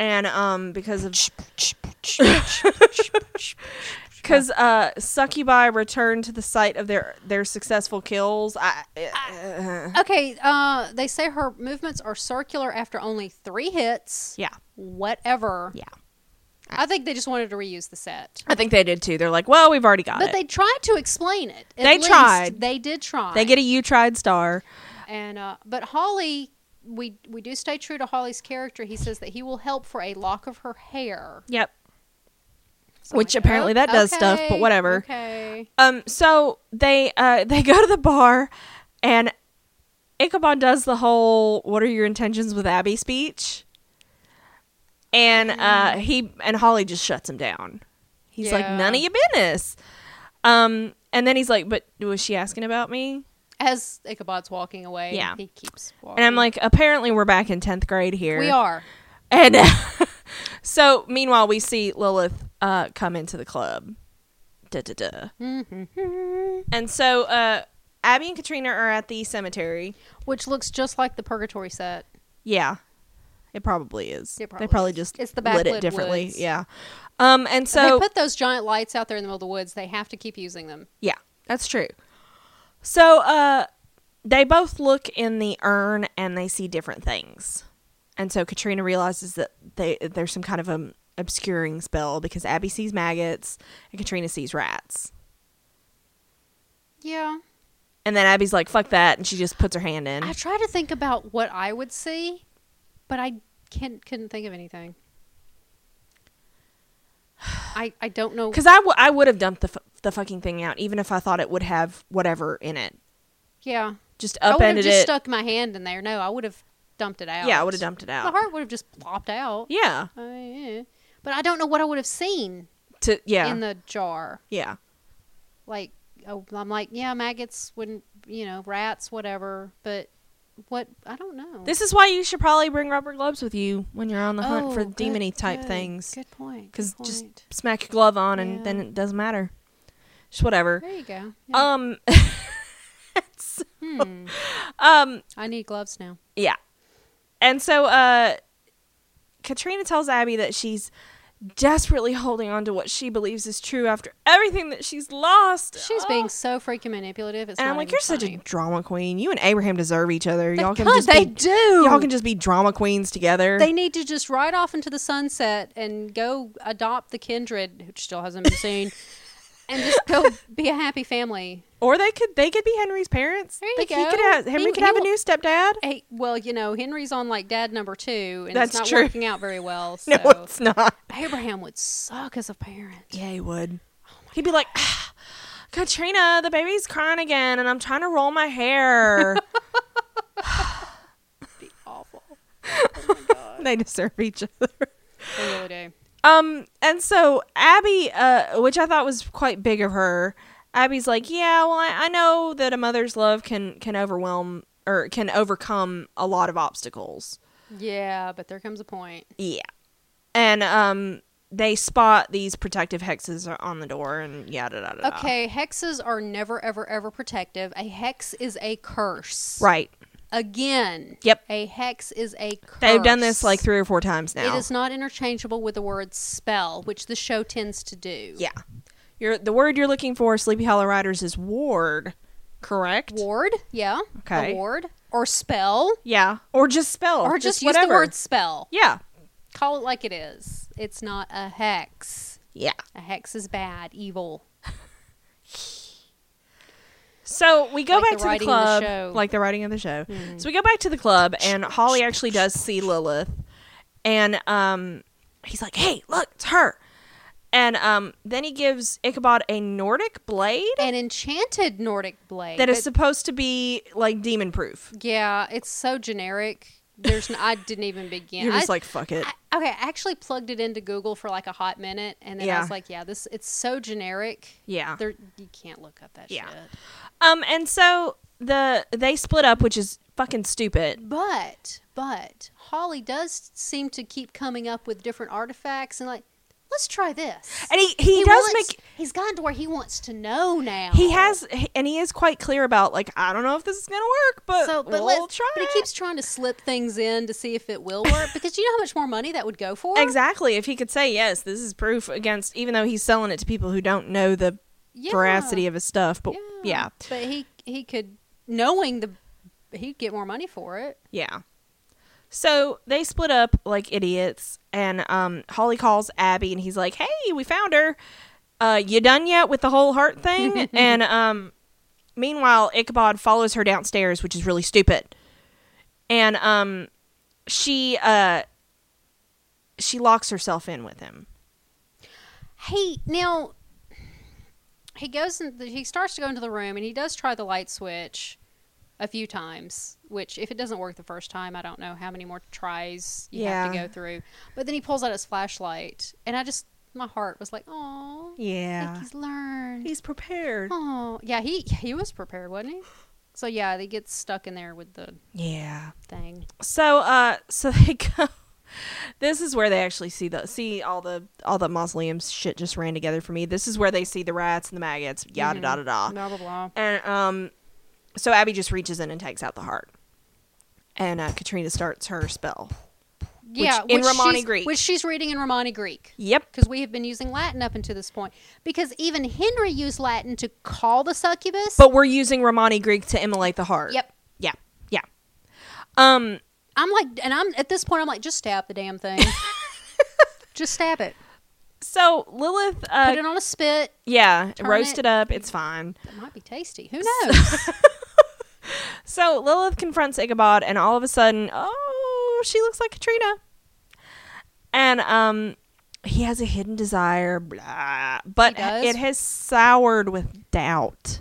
S1: And um, because of because uh, succubi returned to the site of their their successful kills. I,
S2: Okay, uh, they say her movements are circular after only three hits.
S1: yeah,
S2: Whatever.
S1: yeah.
S2: I think they just wanted to reuse the set.
S1: I think they did too. They're like, well, we've already got
S2: But
S1: it.
S2: they tried to explain it. At
S1: They
S2: least
S1: tried.
S2: They did try.
S1: They get a you tried star.
S2: And uh, but Holly, we we do stay true to Holly's character. He says that he will help for a lock of her hair,
S1: Yep.
S2: So I'm
S1: Which apparently that does stuff, but
S2: okay,
S1: whatever.
S2: Okay.
S1: Um. So they uh [LAUGHS] they go to the bar, and Ichabod does the whole "What are your intentions with Abby?" speech, and uh he and Holly just shuts him down. He's like,
S2: Mm. Yeah.
S1: "None of your business." Um. And then he's like, "But was she asking about me?"
S2: As Ichabod's walking away,
S1: Yeah.
S2: he keeps walking.
S1: And I'm like, "Apparently, we're back in tenth grade here."
S2: Mm. we are.
S1: And [LAUGHS] so, meanwhile, we see Lilith uh, come into the club. Duh, duh, duh.
S2: Mm-hmm.
S1: And so, uh, Abby and Katrina are at the cemetery.
S2: Which looks just like the Purgatory set.
S1: Yeah, it probably is.
S2: It
S1: they
S2: probably
S1: probably
S2: is.
S1: just
S2: It's the
S1: lit
S2: backlit
S1: it differently.
S2: woods.
S1: Yeah. Um, and so,
S2: they put those giant lights out there in the middle of the woods. They have to keep using them.
S1: yeah, that's true. So, uh, they both look in the urn and they see different things. And so Katrina realizes that they, there's some kind of um obscuring spell because Abby sees maggots and Katrina sees rats.
S2: Yeah.
S1: And then Abby's like, fuck that. And she just puts her hand in.
S2: I try to think about what I would see, but I can't couldn't think of anything. [SIGHS] I I don't know.
S1: Because I, w- I would have dumped the, f- the fucking thing out, even if I thought it would have whatever in it.
S2: Yeah,
S1: Just
S2: I would have
S1: upended
S2: just
S1: it.
S2: stuck my hand in there. No, I would have dumped it out.
S1: yeah, I would have dumped it out.
S2: The heart would have just plopped out.
S1: Yeah.
S2: I mean, eh. But I don't know what I would have seen
S1: To, yeah.
S2: in the jar.
S1: yeah.
S2: Like oh, I'm like, yeah, maggots wouldn't, you know, rats, whatever. But what? I don't know.
S1: This is why you should probably bring rubber gloves with you when you're on the hunt for
S2: Oh, good,
S1: demony type
S2: good,
S1: things.
S2: Good point.
S1: Because
S2: Because
S1: just smack your glove on and
S2: Yeah.
S1: then it doesn't matter. Just whatever.
S2: there you go. Yeah.
S1: Um, [LAUGHS]
S2: Hmm.
S1: um,
S2: I need gloves now.
S1: yeah. And so, uh, Katrina tells Abby that she's desperately holding on to what she believes is true after everything that she's lost.
S2: She's
S1: Oh.
S2: being so freaking manipulative.
S1: [GASPS]
S2: It's
S1: And
S2: not
S1: I'm like,
S2: even
S1: you're such
S2: funny.
S1: a drama queen. You and Abraham deserve each other.
S2: [LAUGHS] They
S1: y'all can
S2: could-
S1: just
S2: they
S1: be,
S2: do.
S1: y'all can just be drama queens together.
S2: They need to just ride off into the sunset and go adopt the kindred, which still hasn't been
S1: [LAUGHS]
S2: seen, and just go be a happy family.
S1: or they could they could be Henry's parents.
S2: There you
S1: Like, He
S2: go.
S1: could have, Henry
S2: He-
S1: could
S2: he
S1: have a
S2: will-
S1: new stepdad.
S2: Hey, well, you know, Henry's on like dad number two, and
S1: That's
S2: it's not
S1: true.
S2: working out very well.
S1: [LAUGHS]
S2: So
S1: [LAUGHS] No, it's not.
S2: Abraham would suck as a parent.
S1: [LAUGHS] Yeah, he would. He'd be like, [SIGHS] "Ah, Katrina, the baby's crying again, and I'm trying to roll my
S2: [LAUGHS]
S1: hair.
S2: Be awful. Oh,
S1: they deserve each other.
S2: They really do.
S1: Um, and so Abby, uh, which I thought was quite big of her, Abby's like, yeah, well, I, I know that a mother's love can can overwhelm or can overcome a lot of obstacles.
S2: Yeah, but there comes a point.
S1: Yeah, and um, they spot these protective hexes on the door, and yada da da. da.
S2: Okay, hexes are never, ever, ever protective. A hex is a curse.
S1: right.
S2: Again.
S1: Yep.
S2: A hex is a curse.
S1: They've done this like three or four times now.
S2: It is not interchangeable with the word spell, which the show tends to do.
S1: Yeah. You're, the word you're looking for, Sleepy Hollow Riders, is ward, correct?
S2: Ward, yeah.
S1: Okay.
S2: A ward. Or spell.
S1: Yeah. Or just spell.
S2: Or just, use
S1: whatever.
S2: the word spell.
S1: Yeah.
S2: Call it like it is. It's not a hex.
S1: Yeah.
S2: A hex is bad, evil.
S1: So we go back to
S2: Like the
S1: the
S2: writing of the
S1: club,
S2: show. Hmm.
S1: like the writing of the show. So we go back to the club, and Holly actually does see Lilith, and um, he's like, "Hey, look, it's her." And um, then he gives Ichabod a Nordic blade
S2: An enchanted Nordic blade.
S1: that is
S2: but-
S1: supposed to be like demon proof.
S2: Yeah, it's so generic. There's n- I didn't even begin.
S1: You're just
S2: I-
S1: like, "Fuck it."
S2: I- okay, I actually plugged it into Google for like a hot minute, and then
S1: Yeah.
S2: I was like, "Yeah, this it's so generic.
S1: yeah.
S2: There, you can't look up that
S1: Yeah.
S2: shit."
S1: Um, and so the they split up, which is fucking stupid.
S2: But, but Holly does seem to keep coming up with different artifacts and like, let's try this.
S1: And he he, does
S2: wants-
S1: make
S2: He's gotten to where he wants to know now.
S1: he has he- and he is quite clear about like I don't know if this is gonna work, but,
S2: So, but
S1: we'll
S2: let's-
S1: try.
S2: But he keeps trying to slip things in to see if it will
S1: [LAUGHS]
S2: work because you know how much more money that would go for.
S1: exactly if he could say yes, this is proof against even though he's selling it to people who don't know the
S2: Yeah.
S1: veracity of his stuff. But yeah,
S2: But he he could knowing the he'd get more money for it.
S1: yeah. So they split up like idiots, and um, Holly calls Abby, and he's like, "Hey, we found her. Uh, you done yet with the whole heart [LAUGHS] thing?" and um, meanwhile, Ichabod follows her downstairs, which is really stupid. And um, she uh, she locks herself in with him.
S2: He now he goes in the, he starts to go into the room and he does try the light switch a few times which if it doesn't work the first time i don't know how many more tries you have to
S1: Yeah.
S2: go through but then he pulls out his flashlight and i just my heart was like oh
S1: Yeah,
S2: he's learned
S1: he's prepared.
S2: oh yeah he he was prepared wasn't he so yeah he gets stuck in there with the
S1: Yeah.
S2: thing
S1: So uh, [LAUGHS] so they go. This is where they actually see the see all the all the mausoleums shit just ran together for me. This is where they see the rats and the maggots, yada
S2: Mm-hmm.
S1: da da da.
S2: blah blah blah
S1: And um, so Abby just reaches in and takes out the heart, and uh, Katrina starts her spell.
S2: yeah
S1: in Romani
S2: she's-
S1: Greek.
S2: which she's reading in romani greek
S1: Yep.
S2: because we have been using Latin up until this point. Because even Henry used Latin to call the succubus.
S1: But we're using Romani Greek to immolate the heart.
S2: Yep.
S1: Yeah. Yeah. Um. [LAUGHS]
S2: I'm like, and I'm at this point, I'm like, just stab the damn thing. just stab it.
S1: So Lilith, uh,
S2: Put it on a spit.
S1: yeah,
S2: turn
S1: roast
S2: it-
S1: it up. It's fine.
S2: That might be tasty. Who knows?
S1: [LAUGHS] So Lilith confronts Ichabod, and all of a sudden, oh, she looks like Katrina. And um, he has a hidden desire, blah, but
S2: He does?
S1: it has soured with doubt.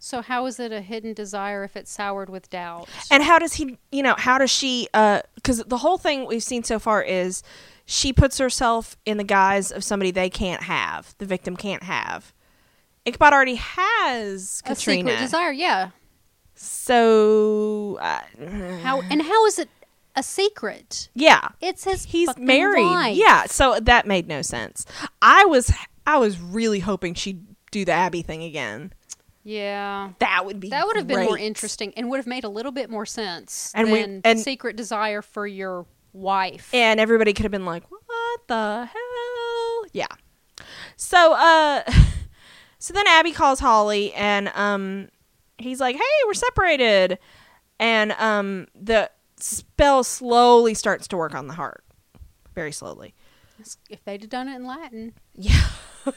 S2: so how is it a hidden desire if it's soured with doubt?
S1: And how does he, you know, how does she, because the whole thing we've seen so far is she puts herself in the guise of somebody they can't have, the victim can't have. Ichabod already has
S2: a
S1: Katrina.
S2: secret desire, yeah.
S1: So, uh,
S2: How and how is it a secret?
S1: yeah.
S2: It's his.
S1: He's
S2: fucking
S1: married.
S2: wife.
S1: Yeah, so that made no sense. I was I was really hoping she'd do the Abby thing again.
S2: yeah.
S1: That would be
S2: That would have been more
S1: great.
S2: interesting and would have made a little bit more sense
S1: And we-
S2: than
S1: and-
S2: secret desire for your wife.
S1: And everybody could have been like, "What the hell?" Yeah. So uh [LAUGHS] so then Abby calls Holly and um he's like, "Hey, we're separated." And um the spell slowly starts to work on the heart. Very slowly.
S2: if they'd have done it in Latin,
S1: Yeah.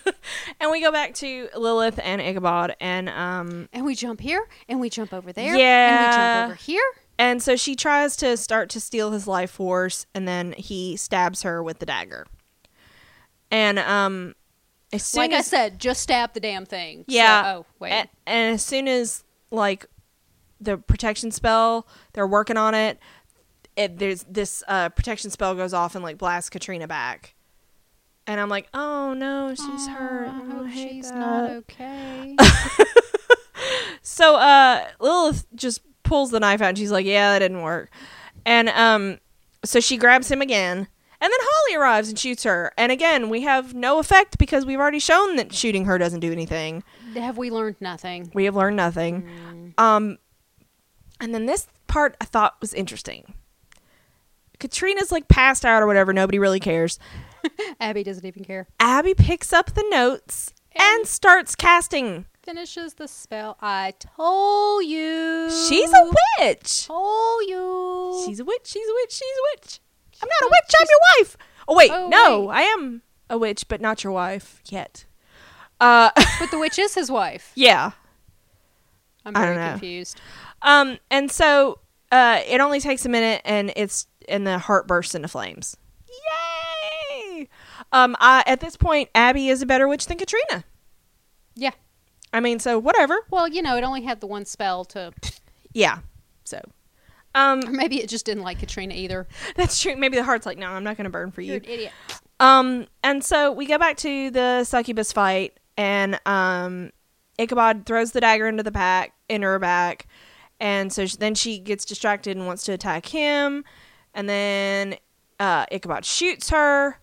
S1: [LAUGHS] and we go back to Lilith and Ichabod and um
S2: and we jump here, and we jump over there, and we
S1: Yeah.
S2: jump over here.
S1: And so she tries to start to steal his life force, and then he stabs her with the dagger. And um, as soon
S2: Like
S1: as
S2: I said, just stab the damn thing. So-
S1: yeah, Eh.
S2: oh wait,
S1: and, and as soon as like the protection spell, they're working on it. it there's this uh, protection spell goes off and like blasts Katrina back. And I'm like, oh no, she's
S2: Oh,
S1: hurt.
S2: I
S1: Oh, I
S2: hope
S1: hate
S2: she's
S1: that. [LAUGHS]
S2: not okay.
S1: So uh Lilith just pulls the knife out and she's like, "Yeah, that didn't work." And um so she grabs him again. And then Holly arrives and shoots her. And again, we have no effect because we've already shown that shooting her doesn't do anything.
S2: have we learned nothing?
S1: We have learned nothing. Um and then this part I thought was interesting. Katrina's like passed out or whatever, nobody really cares.
S2: Abby doesn't even care.
S1: Abby picks up the notes and starts casting.
S2: Finishes the spell. I told you.
S1: She's a witch.
S2: Told you.
S1: She's a witch. She's a witch. She's a witch. I'm not a witch. I'm your wife. Oh wait,
S2: Oh,
S1: no,
S2: wait.
S1: I am a witch, but not your wife yet. Uh, [LAUGHS]
S2: but the witch is his wife.
S1: yeah.
S2: I'm
S1: I
S2: very
S1: don't know.
S2: confused.
S1: Um, and so uh, it only takes a minute, and it's and the heart bursts into flames. Yay! Um, I, at this point, Abby is a better witch than Katrina.
S2: Yeah.
S1: I mean, so whatever.
S2: Well, you know, it only had the one spell to.
S1: Yeah. So, um, [LAUGHS]
S2: Maybe it just didn't like Katrina either.
S1: that's true. Maybe the heart's like, no, I'm not going to burn for
S2: You're
S1: you.
S2: an idiot.
S1: Um, and so we go back to the succubus fight, and um, Ichabod throws the dagger into the back, in her back, and so sh then she gets distracted and wants to attack him, and then uh, Ichabod shoots her,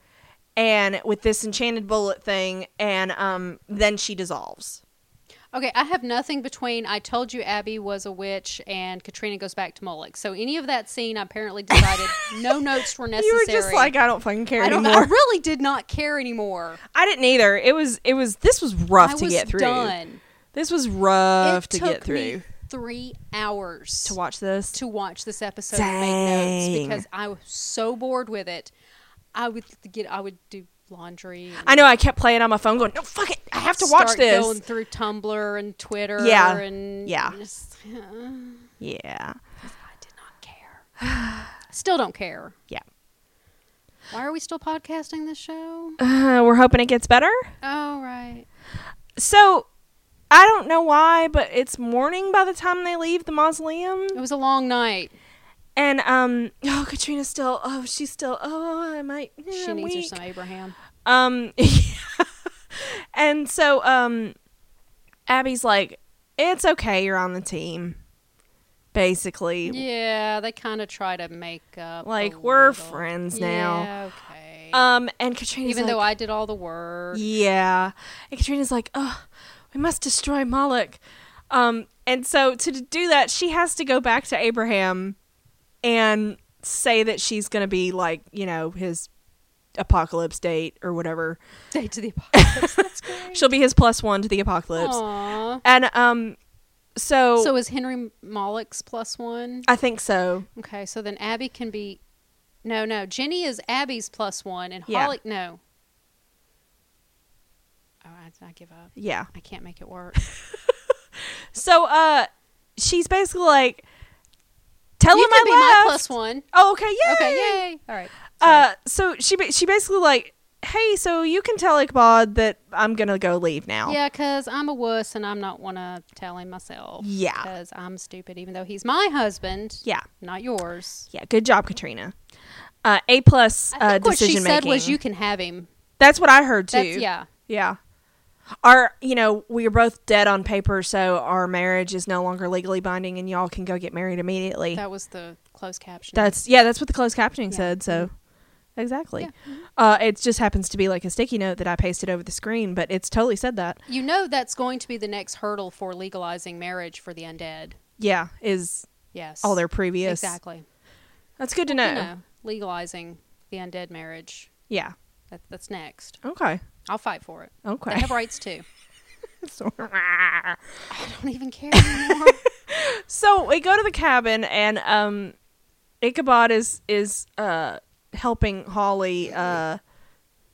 S1: and with this enchanted bullet thing, and um, then she dissolves.
S2: Okay, I have nothing between I told you Abby was a witch and Katrina goes back to Moloch. So any of that scene, I
S1: [LAUGHS]
S2: apparently decided no notes were necessary.
S1: You were just like, I don't fucking care
S2: I don't. I
S1: anymore.
S2: really did not care anymore.
S1: [LAUGHS] I didn't either. It was it was this was rough
S2: I
S1: to
S2: was
S1: get through.
S2: done.
S1: This was rough
S2: it
S1: to
S2: took
S1: get through
S2: me three hours
S1: to watch this.
S2: to watch this episode and make
S1: Dang.
S2: notes because I was so bored with it. I would get. I would do laundry. and
S1: I know I kept playing on my phone going, no, fuck it. I have to watch
S2: start
S1: this.
S2: Going through Tumblr and Twitter.
S1: Yeah.
S2: and
S1: Yeah.
S2: just- [LAUGHS] I
S1: Yeah.
S2: did not care. [SIGHS] Still don't care.
S1: Yeah.
S2: Why are we still podcasting this show?
S1: Uh, we're hoping it gets better.
S2: Oh right.
S1: So I don't know why, but it's morning by the time they leave the mausoleum.
S2: It was a long night.
S1: And, um, oh, Katrina's still, oh, she's still, oh, I might, yeah,
S2: She
S1: I'm
S2: needs her
S1: weak.
S2: some Abraham.
S1: Um, [LAUGHS] and so, um, Abby's like, it's okay, you're on the team. Basically,
S2: Yeah, they kind of try to make up. a
S1: like, we're
S2: little.
S1: friends now.
S2: Yeah, okay.
S1: Um, and Katrina's
S2: Even
S1: like,
S2: though I did all the work.
S1: Yeah. And Katrina's like, oh, we must destroy Moloch. Um, and so to d- do that, she has to go back to Abraham and say that she's going to be like, you know, his apocalypse date or whatever.
S2: Day
S1: [LAUGHS]
S2: to the apocalypse. That's great.
S1: She'll be his plus one to the apocalypse.
S2: Aw.
S1: And um, so,
S2: So is Henry Molick's plus one?
S1: I think so.
S2: Okay, so then Abby can be. No, no. Jenny is Abby's plus one, and
S1: Yeah.
S2: Holly. No. I give up.
S1: Yeah.
S2: I can't make
S1: [LAUGHS]
S2: it work.
S1: So uh she's basically like Tell
S2: you
S1: him
S2: can
S1: I
S2: be my
S1: left.
S2: plus one.
S1: Oh, okay, yeah.
S2: Okay, yay! All right.
S1: Uh, so she ba- she basically like, hey, so you can tell Ichabod that I'm gonna go leave now.
S2: Yeah, because I'm a wuss and I'm not want to tell him myself.
S1: Yeah.
S2: Because I'm stupid, even though he's my husband,
S1: yeah,
S2: not yours.
S1: yeah. Good job, Katrina. Uh, a plus
S2: I think
S1: uh,
S2: what she
S1: decision
S2: said
S1: making.
S2: was, "You can have him."
S1: That's what I heard too.
S2: That's, yeah.
S1: yeah. Our, you know, we are both dead on paper, so our marriage is no longer legally binding, and y'all can go get married immediately.
S2: That was the closed caption.
S1: That's yeah, that's what the closed captioning
S2: Yeah. Mm-hmm.
S1: said. So exactly,
S2: Yeah.
S1: uh, it just happens to be like a sticky note that I pasted over the screen, but it's totally said that.
S2: you know that's going to be the next hurdle for legalizing marriage for the undead.
S1: Yeah, is
S2: Yes.
S1: all their previous.
S2: Exactly.
S1: That's good to
S2: No.
S1: know.
S2: You know, legalizing the undead marriage.
S1: Yeah.
S2: That, that's next.
S1: Okay.
S2: I'll fight for it. They
S1: Okay. [LAUGHS]
S2: have rights too.
S1: so,
S2: I don't even care anymore.
S1: [LAUGHS]
S2: [LAUGHS]
S1: so we go to the cabin and um Ichabod is is uh helping Holly uh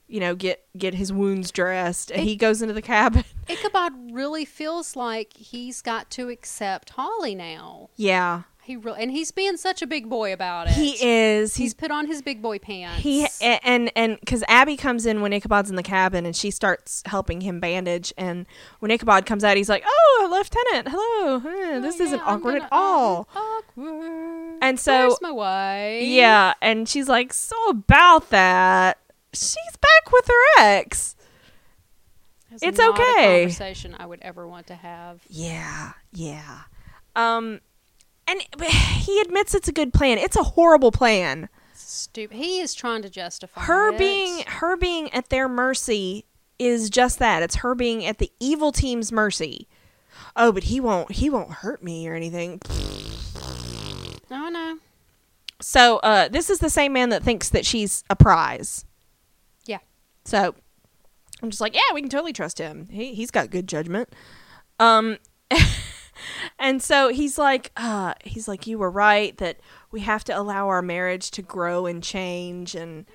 S1: you know get get his wounds dressed and he goes into the cabin.
S2: Ichabod really feels like he's got to accept Holly now.
S1: [LAUGHS] Yeah.
S2: He re- and he's being such a big boy about it.
S1: He is
S2: He's,
S1: he's
S2: put on his big boy pants. Oh,
S1: he a- and and because Abby comes in when Ichabod's in the cabin and she starts helping him bandage and when Ichabod comes out he's like oh Lieutenant hello huh,
S2: Oh,
S1: this
S2: yeah,
S1: isn't
S2: I'm
S1: awkward
S2: gonna-
S1: at all
S2: oh, it's awkward.
S1: And so-
S2: Where's my wife?
S1: Yeah, and she's like, so about that, she's back with her ex.
S2: That's
S1: It's
S2: not
S1: okay.
S2: A conversation I would ever want to have.
S1: Yeah, yeah. Um, and [SIGHS] he admits it's a good plan. It's a horrible plan.
S2: Stupid. He is trying to justify
S1: Her
S2: it.
S1: being her being at their mercy is just that. It's her being at the evil team's mercy. Oh, but he won't. He won't hurt me or anything.
S2: No, no.
S1: So, uh, this is the same man that thinks that she's a prize.
S2: Yeah.
S1: So I'm just like, yeah, we can totally trust him. He he's got good judgment. Um [LAUGHS] and so he's like, uh he's like, You were right that we have to allow our marriage to grow and change and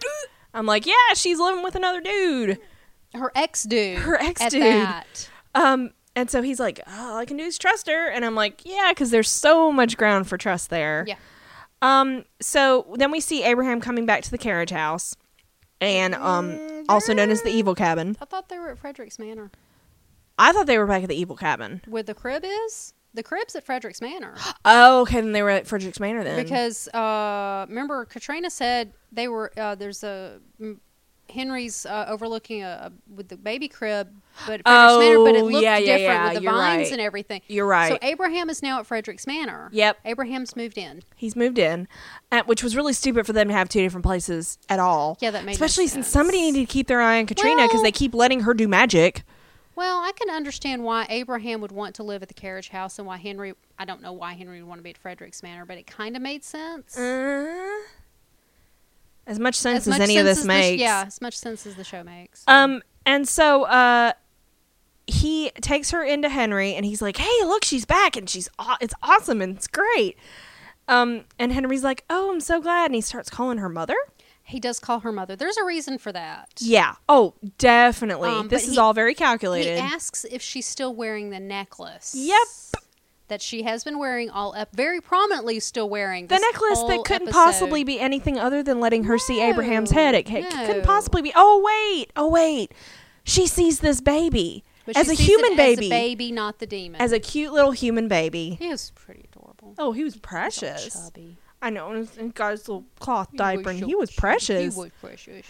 S1: I'm like, Yeah, she's living with another dude.
S2: Her ex dude.
S1: Her ex
S2: at
S1: dude.
S2: That.
S1: Um and so he's like, oh, all I can do is trust her. And I'm like, yeah, because there's so much ground for trust there.
S2: Yeah.
S1: Um, so then we see Abraham coming back to the carriage house and um also known as the evil cabin.
S2: I thought they were at Frederick's Manor.
S1: I thought they were back at the evil cabin.
S2: Where the crib is? The crib's at
S1: [GASPS]
S2: Frederick's Manor.
S1: Oh, okay, then they were at Frederick's Manor then.
S2: because uh, remember Katrina said they were uh, there's a m- Henry's uh, overlooking a, a with the baby crib, but at Frederick's Manor, but it
S1: Oh,
S2: looked
S1: yeah, yeah,
S2: different
S1: yeah,
S2: with the
S1: you're
S2: vines
S1: right.
S2: and everything.
S1: You're right.
S2: So Abraham is now at Frederick's Manor.
S1: Yep.
S2: Abraham's moved in.
S1: he's moved in, uh, which was really stupid for them to have two different places at all.
S2: Yeah, that made no
S1: especially since
S2: sense.
S1: somebody needed to keep their eye on Katrina because
S2: Well-
S1: they keep letting her do magic.
S2: Well, I can understand why Abraham would want to live at the carriage house and why Henry. I don't know why Henry would want to be at Frederick's Manor, but it kind of made sense.
S1: Mm. as much sense as,
S2: much
S1: any of
S2: sense
S1: this
S2: Uh-huh. as the sh-
S1: makes.
S2: yeah, as much sense as the show makes.
S1: Um, and so uh, he takes her into Henry, and he's like, "Hey, look, she's back, and she's aw- it's awesome, and it's great." Um, and Henry's like, "Oh, I'm so glad," and he starts calling her mother.
S2: he does call her mother. There's a reason for that.
S1: Yeah. Oh, definitely.
S2: Um,
S1: this
S2: but
S1: is
S2: he-
S1: all very
S2: He
S1: calculated.
S2: asks if she's still wearing the necklace.
S1: Yep.
S2: That she has been wearing all up, very prominently still wearing
S1: the
S2: this
S1: necklace that
S2: whole
S1: couldn't
S2: episode.
S1: possibly be anything other than letting her see Abraham's head. It, it
S2: No, no.
S1: couldn't possibly be. Oh wait, oh wait. She sees this baby
S2: But
S1: as
S2: she
S1: a
S2: sees it
S1: human baby,
S2: As a baby, not the demon.
S1: as a cute little human baby.
S2: he was pretty adorable.
S1: Oh, he was
S2: He's all
S1: precious.
S2: chubby.
S1: I know, and, and got his little cloth
S2: He
S1: diaper, and
S2: so
S1: he was
S2: cute.
S1: precious.
S2: He was precious.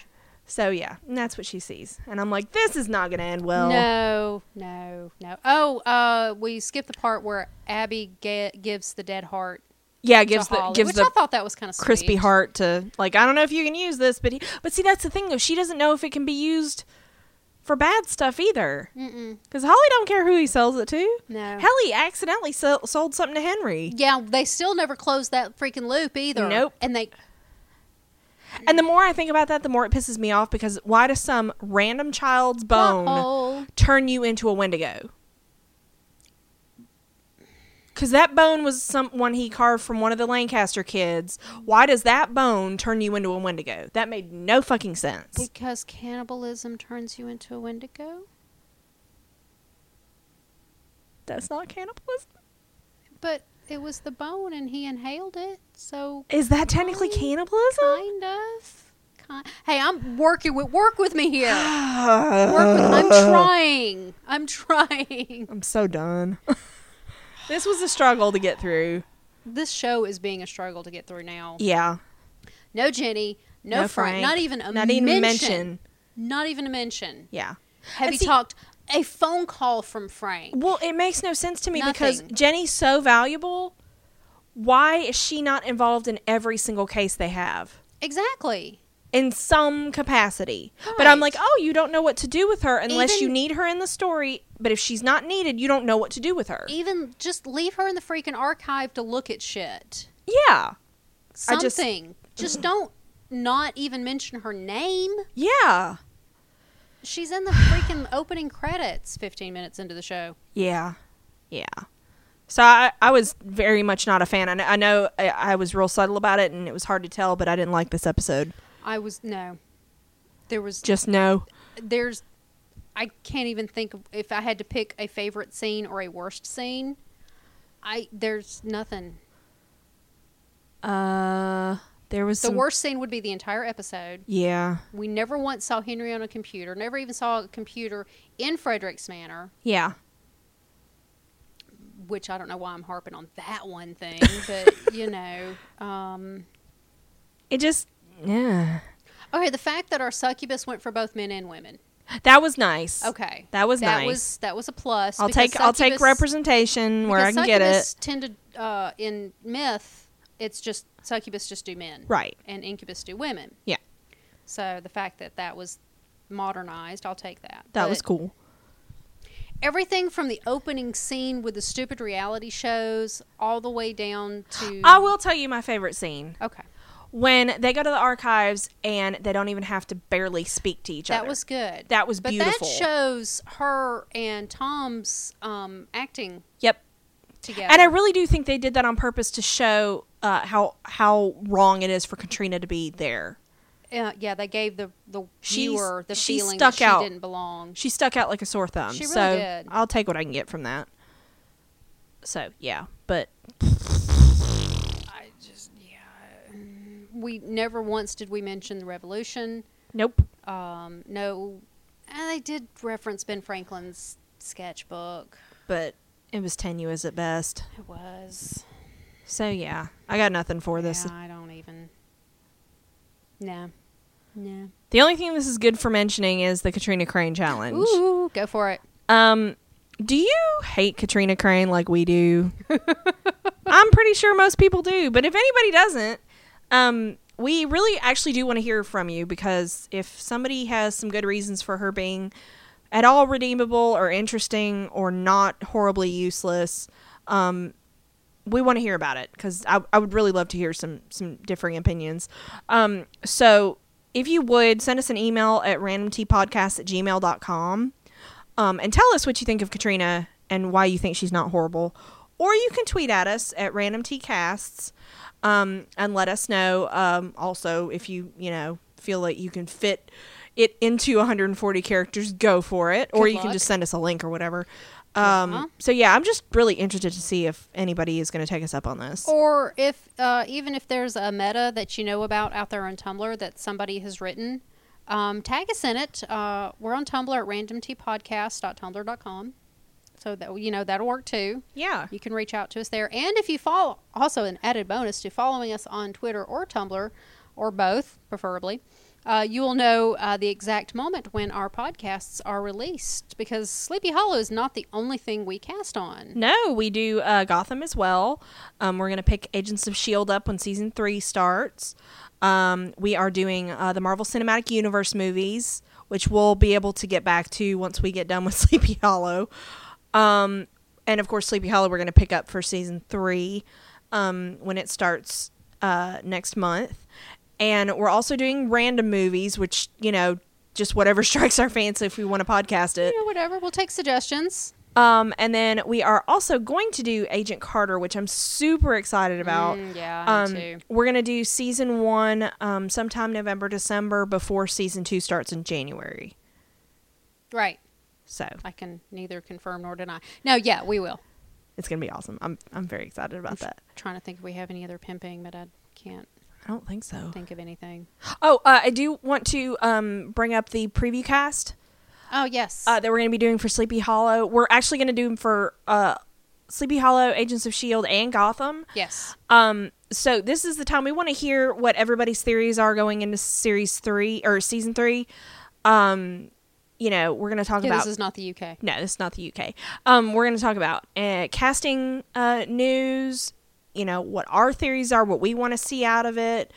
S1: So yeah, and that's what she sees, and I'm like, this is not gonna end well.
S2: No, no, no. Oh, uh, we skipped the part where Abby ga- gives the dead heart.
S1: Yeah,
S2: to
S1: gives the
S2: Holly,
S1: gives
S2: which
S1: the
S2: I thought that was kind of
S1: crispy heart to like. I don't know if you can use this, but he, but see, that's the thing though. She doesn't know if it can be used for bad stuff either,
S2: Mm-mm.
S1: because Holly don't care who he sells it to.
S2: No.
S1: Hell, he accidentally sell, sold something to Henry,
S2: Yeah, they still never closed that freaking loop either.
S1: Nope.
S2: And they Mm-hmm.
S1: and the more I think about that, the more it pisses me off. Because why does some random child's bone?
S2: Oh.
S1: turn you into a Wendigo. Because that bone was someone he carved from one of the Lancaster kids. Why does that bone turn you into a Wendigo? That made no fucking sense.
S2: Because cannibalism turns you into a Wendigo?
S1: That's not cannibalism.
S2: But it was the bone and he inhaled it. So
S1: Is that technically cannibalism?
S2: kind of. Kind hey, I'm working with work with me here.
S1: [GASPS] Ah.
S2: Work with, I'm
S1: I'm
S2: trying. I'm trying.
S1: so done. [LAUGHS] this was a struggle to get through.
S2: This show is being a struggle to get through now.
S1: Yeah.
S2: No Jenny, no, Frank, not even a
S1: not
S2: mention,
S1: even a mention.
S2: Not even a mention.
S1: Yeah.
S2: Have
S1: And
S2: you
S1: see-
S2: talked a phone call from Frank?
S1: Well, it makes no sense to me
S2: Nothing.
S1: because Jenny's so valuable. Why is she not involved in every single case they have?
S2: Exactly.
S1: in some capacity. But I'm
S2: Right.
S1: like, oh, you don't know what to do with her unless you
S2: Even-
S1: need her in the story. But if she's not needed, you don't know what to do with her.
S2: Even just leave her in the freaking archive to look at shit.
S1: yeah. I just- [CLEARS THROAT]
S2: Something. Just, don't not even mention her name.
S1: Yeah.
S2: She's in the
S1: [SIGHS]
S2: freaking opening credits 15 minutes into the show.
S1: Yeah. Yeah. So I, I was very much not a fan. I, kn- I know I, I was real subtle about it and it was hard to tell, but I didn't like this episode.
S2: I was no. There was
S1: Just no.
S2: there's I can't even think of if I had to pick a favorite scene or a worst scene. I there's nothing.
S1: Uh, there was
S2: The
S1: some-
S2: worst scene would be the entire episode.
S1: Yeah.
S2: We never once saw Henry on a computer. Never even saw a computer in Frederick's Manor,
S1: Yeah.
S2: which I don't know why I'm harping on that one thing, [LAUGHS] but you know, um,
S1: It just. Yeah.
S2: okay. The fact that our succubus went for both men and women.
S1: That was nice.
S2: Okay,
S1: That was
S2: that
S1: nice.
S2: was that was a plus.
S1: I'll
S2: because
S1: take I'll take
S2: succubus-
S1: representation where I
S2: Because
S1: can get it.
S2: succubus Tend to uh, in myth, it's just succubus just do men,
S1: Right.
S2: and incubus do women.
S1: Yeah.
S2: So the fact that that was modernized, I'll take that.
S1: That
S2: But
S1: was cool.
S2: Everything from the opening scene with the stupid reality shows all the way down to
S1: I will tell you my favorite scene
S2: okay,
S1: when they go to the archives and they don't even have to barely speak to each
S2: that
S1: other.
S2: was good.
S1: that was
S2: but
S1: beautiful.
S2: that shows her and Tom's um, acting
S1: yep.
S2: together.
S1: And I really do think they did that on purpose to show uh, how how wrong it is for Katrina to be there.
S2: uh, yeah, they gave the the
S1: She's-
S2: viewer the
S1: she
S2: feeling
S1: stuck
S2: that she
S1: out.
S2: didn't belong.
S1: She stuck out like a sore thumb.
S2: She really
S1: so
S2: did.
S1: I'll take what I can get from that. So yeah, but
S2: I just yeah. We never once did we mention the revolution.
S1: nope.
S2: Um, no, and I did reference Ben Franklin's sketchbook.
S1: But it was tenuous at best.
S2: It was.
S1: So yeah, I got nothing for this.
S2: Yeah, I don't even. Nah, nah.
S1: The only thing this is good for mentioning is the Katrina Crane challenge.
S2: Ooh, go for it.
S1: Um, do you hate Katrina Crane like we do? [LAUGHS] I'm pretty sure most people do, but if anybody doesn't, um, we really actually do want to hear from you because if somebody has some good reasons for her being at all redeemable or interesting or not horribly useless, um, we want to hear about it because I, I would really love to hear some some differing opinions. Um, so if you would send us an email at randomtpodcast at gmail.com um, and tell us what you think of Katrina and why you think she's not horrible. Or you can tweet at us at randomtcasts um, and let us know um, also if you, you know, feel like you can fit it into 140 characters, go for it. or
S2: Good
S1: you can
S2: luck.
S1: just send us a link or whatever. Um,
S2: Uh-huh.
S1: So yeah, I'm just really interested to see if anybody is going to take us up on this.
S2: Or if uh, even if there's a meta that you know about out there on Tumblr that somebody has written, um, tag us in it. Uh, we're on Tumblr at randomtpodcast.tumblr.com. So that you know that'll work too.
S1: yeah,
S2: You can reach out to us there. And if you follow, also an added bonus to following us on Twitter or Tumblr, or both, preferably, uh, you will know uh, the exact moment when our podcasts are released because Sleepy Hollow is not the only thing we cast on.
S1: no, we do uh, Gotham as well. Um, we're going to pick Agents of Shield E up when season three starts. Um, we are doing uh, the Marvel Cinematic Universe movies, which we'll be able to get back to once we get done with [LAUGHS] Sleepy Hollow. Um, and of course, Sleepy Hollow we're going to pick up for season three um, when it starts uh, next month. And we're also doing random movies, which you know, just whatever [LAUGHS] strikes our fancy if we want to podcast it.
S2: You know, whatever. We'll take suggestions.
S1: Um, and then we are also going to do Agent Carter, which I'm super excited about.
S2: Mm, yeah, I am
S1: um,
S2: too.
S1: we're gonna do season one um, sometime November, December before season two starts in January.
S2: Right.
S1: So
S2: I can neither confirm nor deny. No, yeah, we will.
S1: it's gonna be awesome. I'm I'm very excited about that.
S2: Trying to think if we have any other pimping, but I can't
S1: I don't think so.
S2: think of anything.
S1: Oh, uh, I do want to um, bring up the preview cast
S2: Oh yes,
S1: uh, that we're going to be doing for Sleepy Hollow. We're actually going to do them for uh, Sleepy Hollow, Agents of Shield, E and Gotham.
S2: yes,
S1: Um, so this is the time we want to hear what everybody's theories are going into series three or season three. Um, you know, we're going to talk
S2: yeah,
S1: about
S2: this is not the UK.
S1: no, this is not the UK. Um, we're going to talk about uh, casting uh, news. You know what our theories are, what we want to see out of it.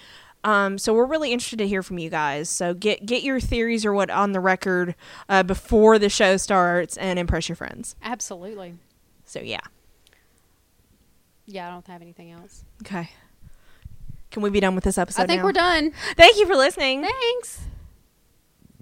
S1: Um, so we're really interested to hear from you guys. So get get your theories or what on the record uh, before the show starts and impress your friends.
S2: Absolutely.
S1: So yeah,
S2: Yeah, I don't have anything else.
S1: okay. Can we be done with this episode?
S2: I think
S1: now?
S2: we're done.
S1: Thank you for listening.
S2: Thanks.